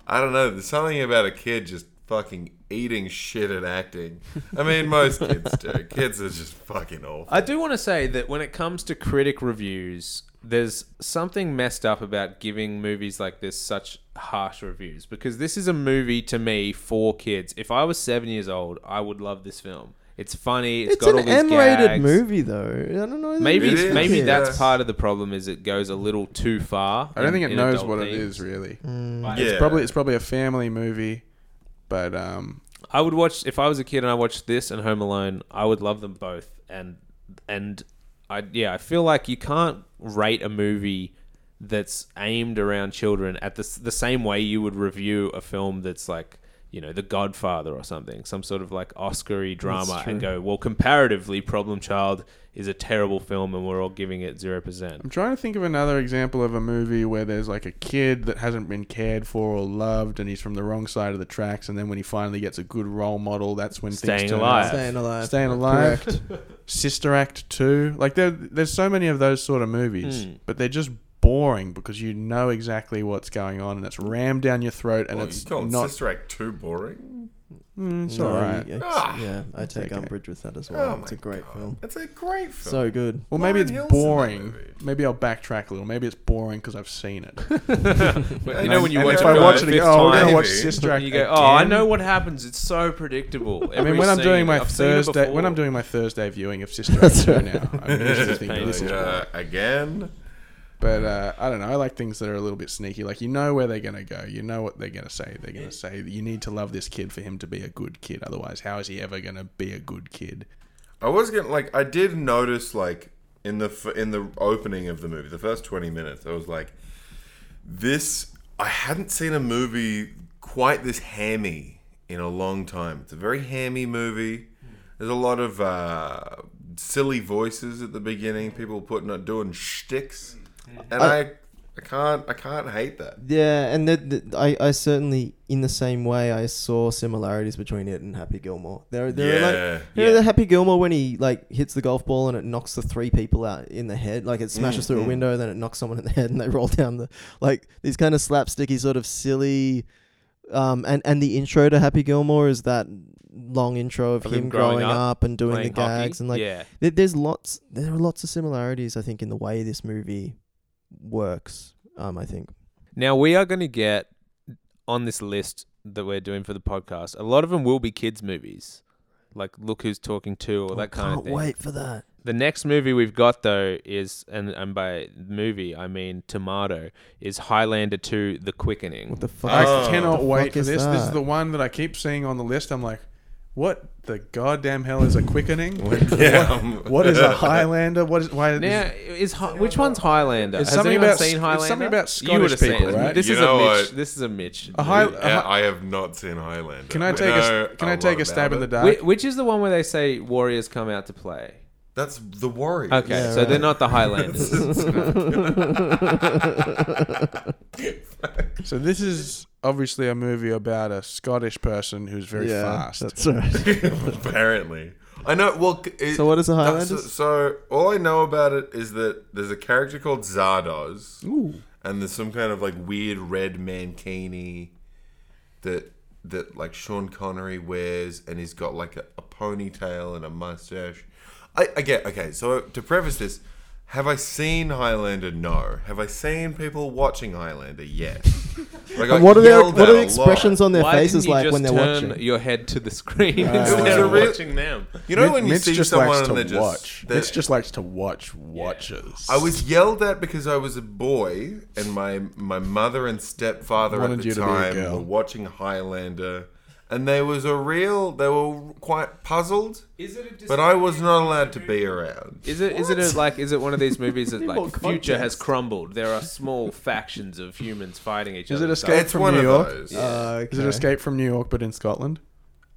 S3: I don't know. There's something about a kid just fucking eating shit and acting. I mean, most kids do. Kids are just fucking awful.
S1: I do want to say that when it comes to critic reviews, there's something messed up about giving movies like this such harsh reviews because this is a movie to me for kids. If I was seven years old, I would love this film. It's funny.
S2: It's,
S1: it's got all
S2: an
S1: these
S2: M-rated
S1: gags.
S2: movie though. I don't know. anything
S1: Maybe
S3: It
S2: about
S3: is,
S1: maybe
S2: kids.
S1: that's
S3: yes.
S1: part of the problem is it goes a little too far.
S4: I
S1: in-
S4: don't think it
S1: in
S4: knows
S1: adult
S4: what it
S1: themes.
S4: is really.
S1: But
S3: yeah,
S4: Probably it's probably a family movie, but um,
S1: I would watch if I was a kid and I watched this and Home Alone. I would love them both, and and I yeah, I feel like you can't rate a movie that's aimed around children at the s- the same way you would review a film that's like you know The Godfather or something, some sort of like Oscar-y drama, and go well comparatively, Problem Child is a terrible film, and we're all giving it zero
S4: I'm
S1: percent.
S4: trying to think of another example of a movie where there's like a kid that hasn't been cared for or loved, and he's from the wrong side of the tracks, and then when he finally gets a good role model, that's when
S1: Staying
S4: things turn
S1: Alive.
S2: Staying alive.
S4: Staying Alive,
S1: [LAUGHS]
S4: Sister Act 2. Like, there, there's so many of those sort of movies,
S1: Hmm.
S4: but they're just boring because you know exactly what's going on and it's rammed down your throat and
S3: Well,
S4: it's
S3: you call
S4: not.
S3: Sister Act too boring?
S4: Mm, it's
S2: No,
S4: all right.
S2: it's-
S3: Ah.
S2: yeah, I take
S4: okay.
S2: umbrage with that as
S3: Oh
S2: well. it's
S3: my
S2: a great
S3: God.
S2: film.
S3: It's a great film.
S2: So good.
S4: Well, maybe
S3: Lauren
S4: it's
S3: Hill's in that
S4: boring.
S3: movie.
S4: Maybe I'll backtrack a little. Maybe it's boring because I've seen it.
S1: You know when [LAUGHS] you
S4: And
S1: watch
S4: if
S1: it
S4: I
S1: for
S4: watch
S1: the
S4: it again,
S1: fifth
S4: oh, we're
S1: time,
S4: gonna watch
S3: maybe.
S4: Sister Act
S1: you go, oh, I
S4: again."
S1: know what happens. It's so predictable.
S4: I mean,
S1: Every
S4: when I'm doing
S1: scene,
S4: my
S1: I've seen it
S4: Thursday, when
S1: before.
S4: I'm doing my Thursday viewing of Sister Act two
S2: right.
S4: now, I'm
S1: [LAUGHS]
S4: usually thinking this is.
S3: uh, again,
S4: But uh, I don't know. I like things that are a little bit sneaky. Like you know where they're gonna go. You know what they're gonna say. They're gonna say that you need to love this kid for him to be a good kid. Otherwise, how is he ever gonna be a good kid?
S3: I was gonna like I did notice like in the f- in the opening of the movie, the first twenty minutes, I was like, this I hadn't seen a movie quite this hammy in a long time. It's a very hammy movie. There's a lot of uh, silly voices at the beginning. People putting up doing shticks,
S4: Mm-hmm.
S3: and I, I can't I can't hate that.
S2: Yeah, and that that- I, I certainly, in the same way, I saw similarities between it and Happy Gilmore. There, there are
S3: Yeah.
S2: like, you know,
S1: Yeah.
S2: the Happy Gilmore when he like hits the golf ball and it knocks the three people out in the head, like it smashes
S1: Mm-hmm.
S2: through a window, then it knocks someone in the [LAUGHS] head, and they roll down the like these kind of slapsticky sort of silly. Um, and and the intro to Happy Gilmore is that long intro of,
S1: Of
S2: him, growing, up, and doing the
S1: playing hockey.
S2: gags and like
S1: yeah.
S2: there, there's lots there are lots of similarities I think in the way this movie works. Um, I think.
S1: Now we are going to get on this list that we're doing for the podcast. A lot of them will be kids' movies, like Look Who's Talking To or
S2: Oh,
S1: that kind
S2: can't
S1: of thing.
S2: wait for that.
S1: The next movie we've got though is, and, and by movie I mean Tomato, is Highlander Two: The Quickening.
S2: What the fuck?
S4: I
S3: Oh.
S4: cannot
S2: The
S4: wait
S2: fuck
S4: for
S2: is
S4: this. This is
S2: that?
S4: the one that I keep seeing on the list. I'm like, what the goddamn hell is a quickening?
S3: Yeah.
S4: [LAUGHS] what
S3: [LAUGHS]
S4: is [LAUGHS] a Highlander? What is why?
S1: now is Hi- which one's Highlander?
S4: It's
S1: Has
S4: something
S1: anyone
S4: about-
S1: seen
S4: it's
S1: Highlander?
S4: something about
S1: You would've
S4: Scottish
S1: seen
S4: people,
S1: it.
S4: right?
S1: This
S3: You
S1: is
S3: know
S1: a Mitch.
S3: what?
S1: This is a Mitch.
S4: A High-
S1: movie.
S3: Yeah, I have not seen Highlander.
S4: Can I
S3: but
S4: take
S3: know
S4: a can I take
S3: lot
S4: a stab
S3: about
S4: in the
S3: it.
S4: dark?
S1: Whi- Which is the one where they say warriors come out to play?
S3: That's the Warriors.
S1: Okay,
S2: Yeah,
S1: so
S2: right.
S1: they're not the [LAUGHS] Highlanders.
S4: So this is obviously a movie about a Scottish person who's very fast.
S2: That's
S1: [LAUGHS]
S2: right.
S3: [LAUGHS] Apparently, I know. Well, c- it,
S2: So what is the
S3: that's-
S2: Highlanders?
S3: So all I know about it is that there's a character called Zardoz,
S4: Ooh.
S3: and there's some kind of like weird red mankini that that like Sean Connery wears, and he's got like a, a ponytail and a mustache. I, I get okay. So to preface this, have I seen Highlander? No. Have I seen people watching Highlander? Yes. [LAUGHS] Like, I
S2: what are their
S3: yelled
S2: what
S3: at
S2: are
S3: a
S2: the
S3: lot.
S2: expressions on their
S1: Why
S2: faces
S1: didn't you
S2: like
S1: just
S2: when they're
S1: turn
S2: watching?
S1: your head to the screen
S3: It was
S1: instead
S3: a
S1: of
S3: real-
S1: watching them?
S3: Uh, You know when you
S4: Mitch
S3: see
S4: just
S3: someone
S4: likes
S3: and
S4: to
S3: they're just
S4: watch.
S3: they're-
S4: Mitch just likes to watch watches.
S3: I was yelled at because I was a boy, and my my mother and stepfather at
S4: Wanted you
S3: the
S4: to be a
S3: time
S4: girl.
S3: were watching Highlander, and they was a real. They were quite puzzled,
S1: Is it a
S3: but I was not allowed to be around.
S1: Is it is it a, like is it one of these movies that
S2: more
S1: like future has
S2: context.
S1: crumbled? There are small factions of humans fighting each
S4: Is
S1: other.
S4: it
S1: and stuff.
S4: Escape
S3: It's
S4: from
S3: one
S4: New
S3: of
S4: York?
S3: those.
S2: Uh,
S4: Is it Escape from New York but in Scotland?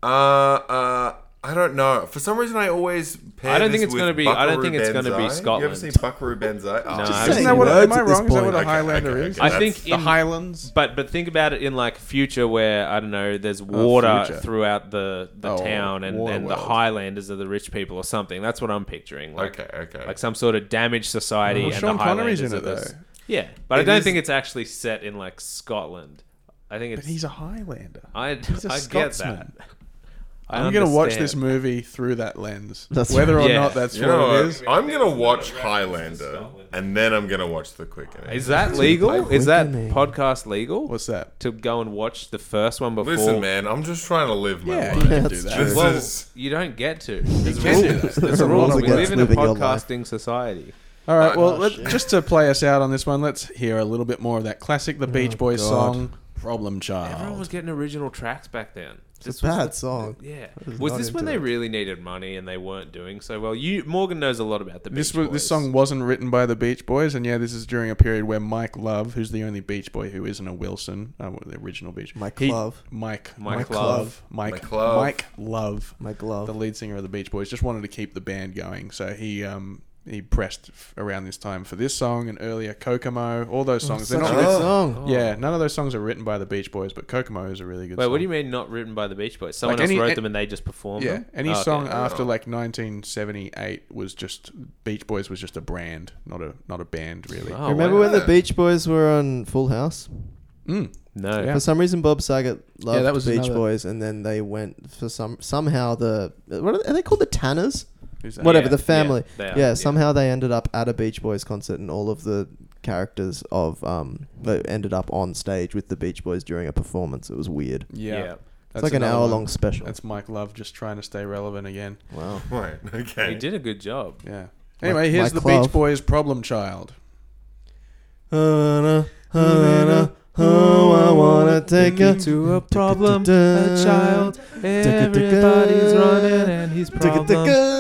S3: Uh, uh, I don't know. For some reason, I always. Pair
S1: I don't
S3: this
S1: think it's
S3: with
S1: gonna be- I don't
S3: Buckaroo
S1: think it's gonna be
S3: Banzai. You ever
S1: Scotland.
S3: seen Buckaroo Banzai? Oh,
S1: [LAUGHS] No,
S3: just
S1: I
S3: say-
S4: Isn't
S2: saying
S4: that what
S2: words
S4: am I
S2: at this
S4: wrong? Is that what a
S2: point.
S3: Okay,
S4: Highlander
S3: okay,
S4: is?
S3: okay.
S1: I
S3: That's
S1: think
S4: the
S1: in
S4: Highlands.
S1: but but think about it in like future where I don't know there's water
S4: Oh, future.
S1: throughout the the
S4: Oh,
S1: town and,
S4: water
S1: and the
S4: world.
S1: Highlanders are the rich people or something. That's what I'm picturing. Like,
S3: Okay, okay.
S1: Like some sort of damaged society.
S4: Well,
S1: and
S4: Sean
S1: the
S4: Connery's
S1: Highlanders
S4: in
S1: are
S4: it,
S1: those-
S4: though.
S1: Yeah, but I
S3: It
S1: don't
S3: is-
S1: think it's actually set in like Scotland. I think
S4: But
S1: it's.
S4: he's a Highlander.
S1: I,
S4: He's a
S1: I get that.
S4: Scotsman.
S1: [LAUGHS] I
S4: I'm going to watch
S1: understand.
S4: this movie through that lens,
S2: That's
S4: whether
S1: right.
S4: or
S1: Yeah.
S4: not that's
S3: You
S4: what
S3: know
S4: it
S3: what?
S4: is.
S3: I'm gonna watch Highlander, and then I'm gonna watch The Quickening.
S1: Is that legal? Is that
S2: Quickening.
S1: podcast legal?
S4: What's that?
S1: to go and watch the first one before?
S3: Listen, man, I'm just trying to live my
S4: Yeah, you
S3: life.
S4: can do
S2: That's
S4: that.
S2: true.
S3: This
S1: Well,
S3: is [LAUGHS]
S1: you don't get to. There's
S4: can do
S1: rules.
S2: [LAUGHS]
S4: that. [LAUGHS]
S1: There's
S2: There are
S1: rules. We
S2: rules against
S1: live in a
S2: living your life.
S1: podcasting society.
S4: All right. Well,
S2: Oh,
S4: let,
S2: shit.
S4: just to play us out on this one, let's hear a little bit more of that classic The Beach Boys
S2: God.
S4: song, Problem
S1: Everyone was
S4: Child.
S1: getting original tracks back then.
S2: It's
S1: This
S2: a
S1: was
S2: bad
S1: the-
S2: song.
S1: Yeah.
S2: was
S1: Was
S2: not
S1: this when
S2: into
S1: they
S2: it.
S1: really needed money and they weren't doing so well? You Morgan knows a lot about the Beach
S4: This was,
S1: Boys.
S4: this song wasn't written by the Beach Boys, and yeah, this is during a period where Mike Love, who's the only Beach Boy who isn't a Wilson, uh, the original Beach
S2: Mike
S4: he-
S2: Love.
S4: Mike,
S1: Mike
S2: Love.
S4: Mike,
S3: Mike Love.
S4: Mike Love,
S2: My glove.
S4: the lead singer of the Beach Boys, just wanted to keep the band going, so he um he pressed f- around this time for this song and earlier Kokomo, all those songs. They're
S2: Oh, Such a
S4: not
S2: good
S4: written-
S2: song.
S4: Yeah, none of those songs are written by the Beach Boys, but Kokomo is a really good
S1: Wait,
S4: song.
S1: what do you mean not written by the Beach Boys? Someone
S4: any-
S1: else wrote
S4: an-
S1: them and they just performed
S4: Yeah,
S1: them?
S4: any
S1: Oh, okay.
S4: song uh, after like 1978 was just Beach Boys was just a brand, not a not a band really.
S1: Oh,
S2: Remember
S1: wow.
S2: when the Beach Boys were on Full House?
S4: Mm.
S1: No.
S4: Yeah.
S2: For some reason, Bob Saget loved
S4: that was
S2: Beach
S4: another-
S2: Boys, and then they went for some somehow the what are they, are they called the Tanners?
S4: Who's that?
S2: Whatever
S1: Yeah,
S2: the family.
S1: yeah, they
S2: Yeah,
S1: are, yeah.
S2: somehow they ended up at a Beach Boys concert, and all of the characters of um they ended up on stage with the Beach Boys during a performance. It was weird.
S4: Yeah,
S1: Yeah.
S4: That's
S2: it's like an
S4: another
S2: hour
S4: one.
S2: long special.
S4: That's Mike Love just trying to stay relevant again.
S2: wow.
S3: right.
S1: He
S3: Okay.
S1: did a good job.
S4: Yeah. Anyway, here's
S2: Mike
S4: the Beach
S2: Love.
S4: Boys' problem child.
S2: Hannah, Hannah, oh, I wanna take you to a problem, a child. Everybody's running
S1: and he's
S2: problem,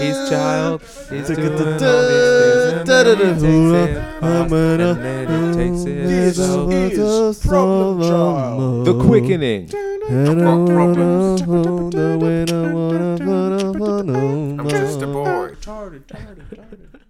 S2: he's child,
S1: He's
S2: doing all these things, and then he takes it fast, and
S1: then
S2: This is problem child.
S1: The quickening.
S2: And I wanna hold the weight I wanna, wanna, wanna,
S4: I'm
S3: I'm just a
S2: wanna.
S3: boy.
S6: Tardy, tardy, tardy.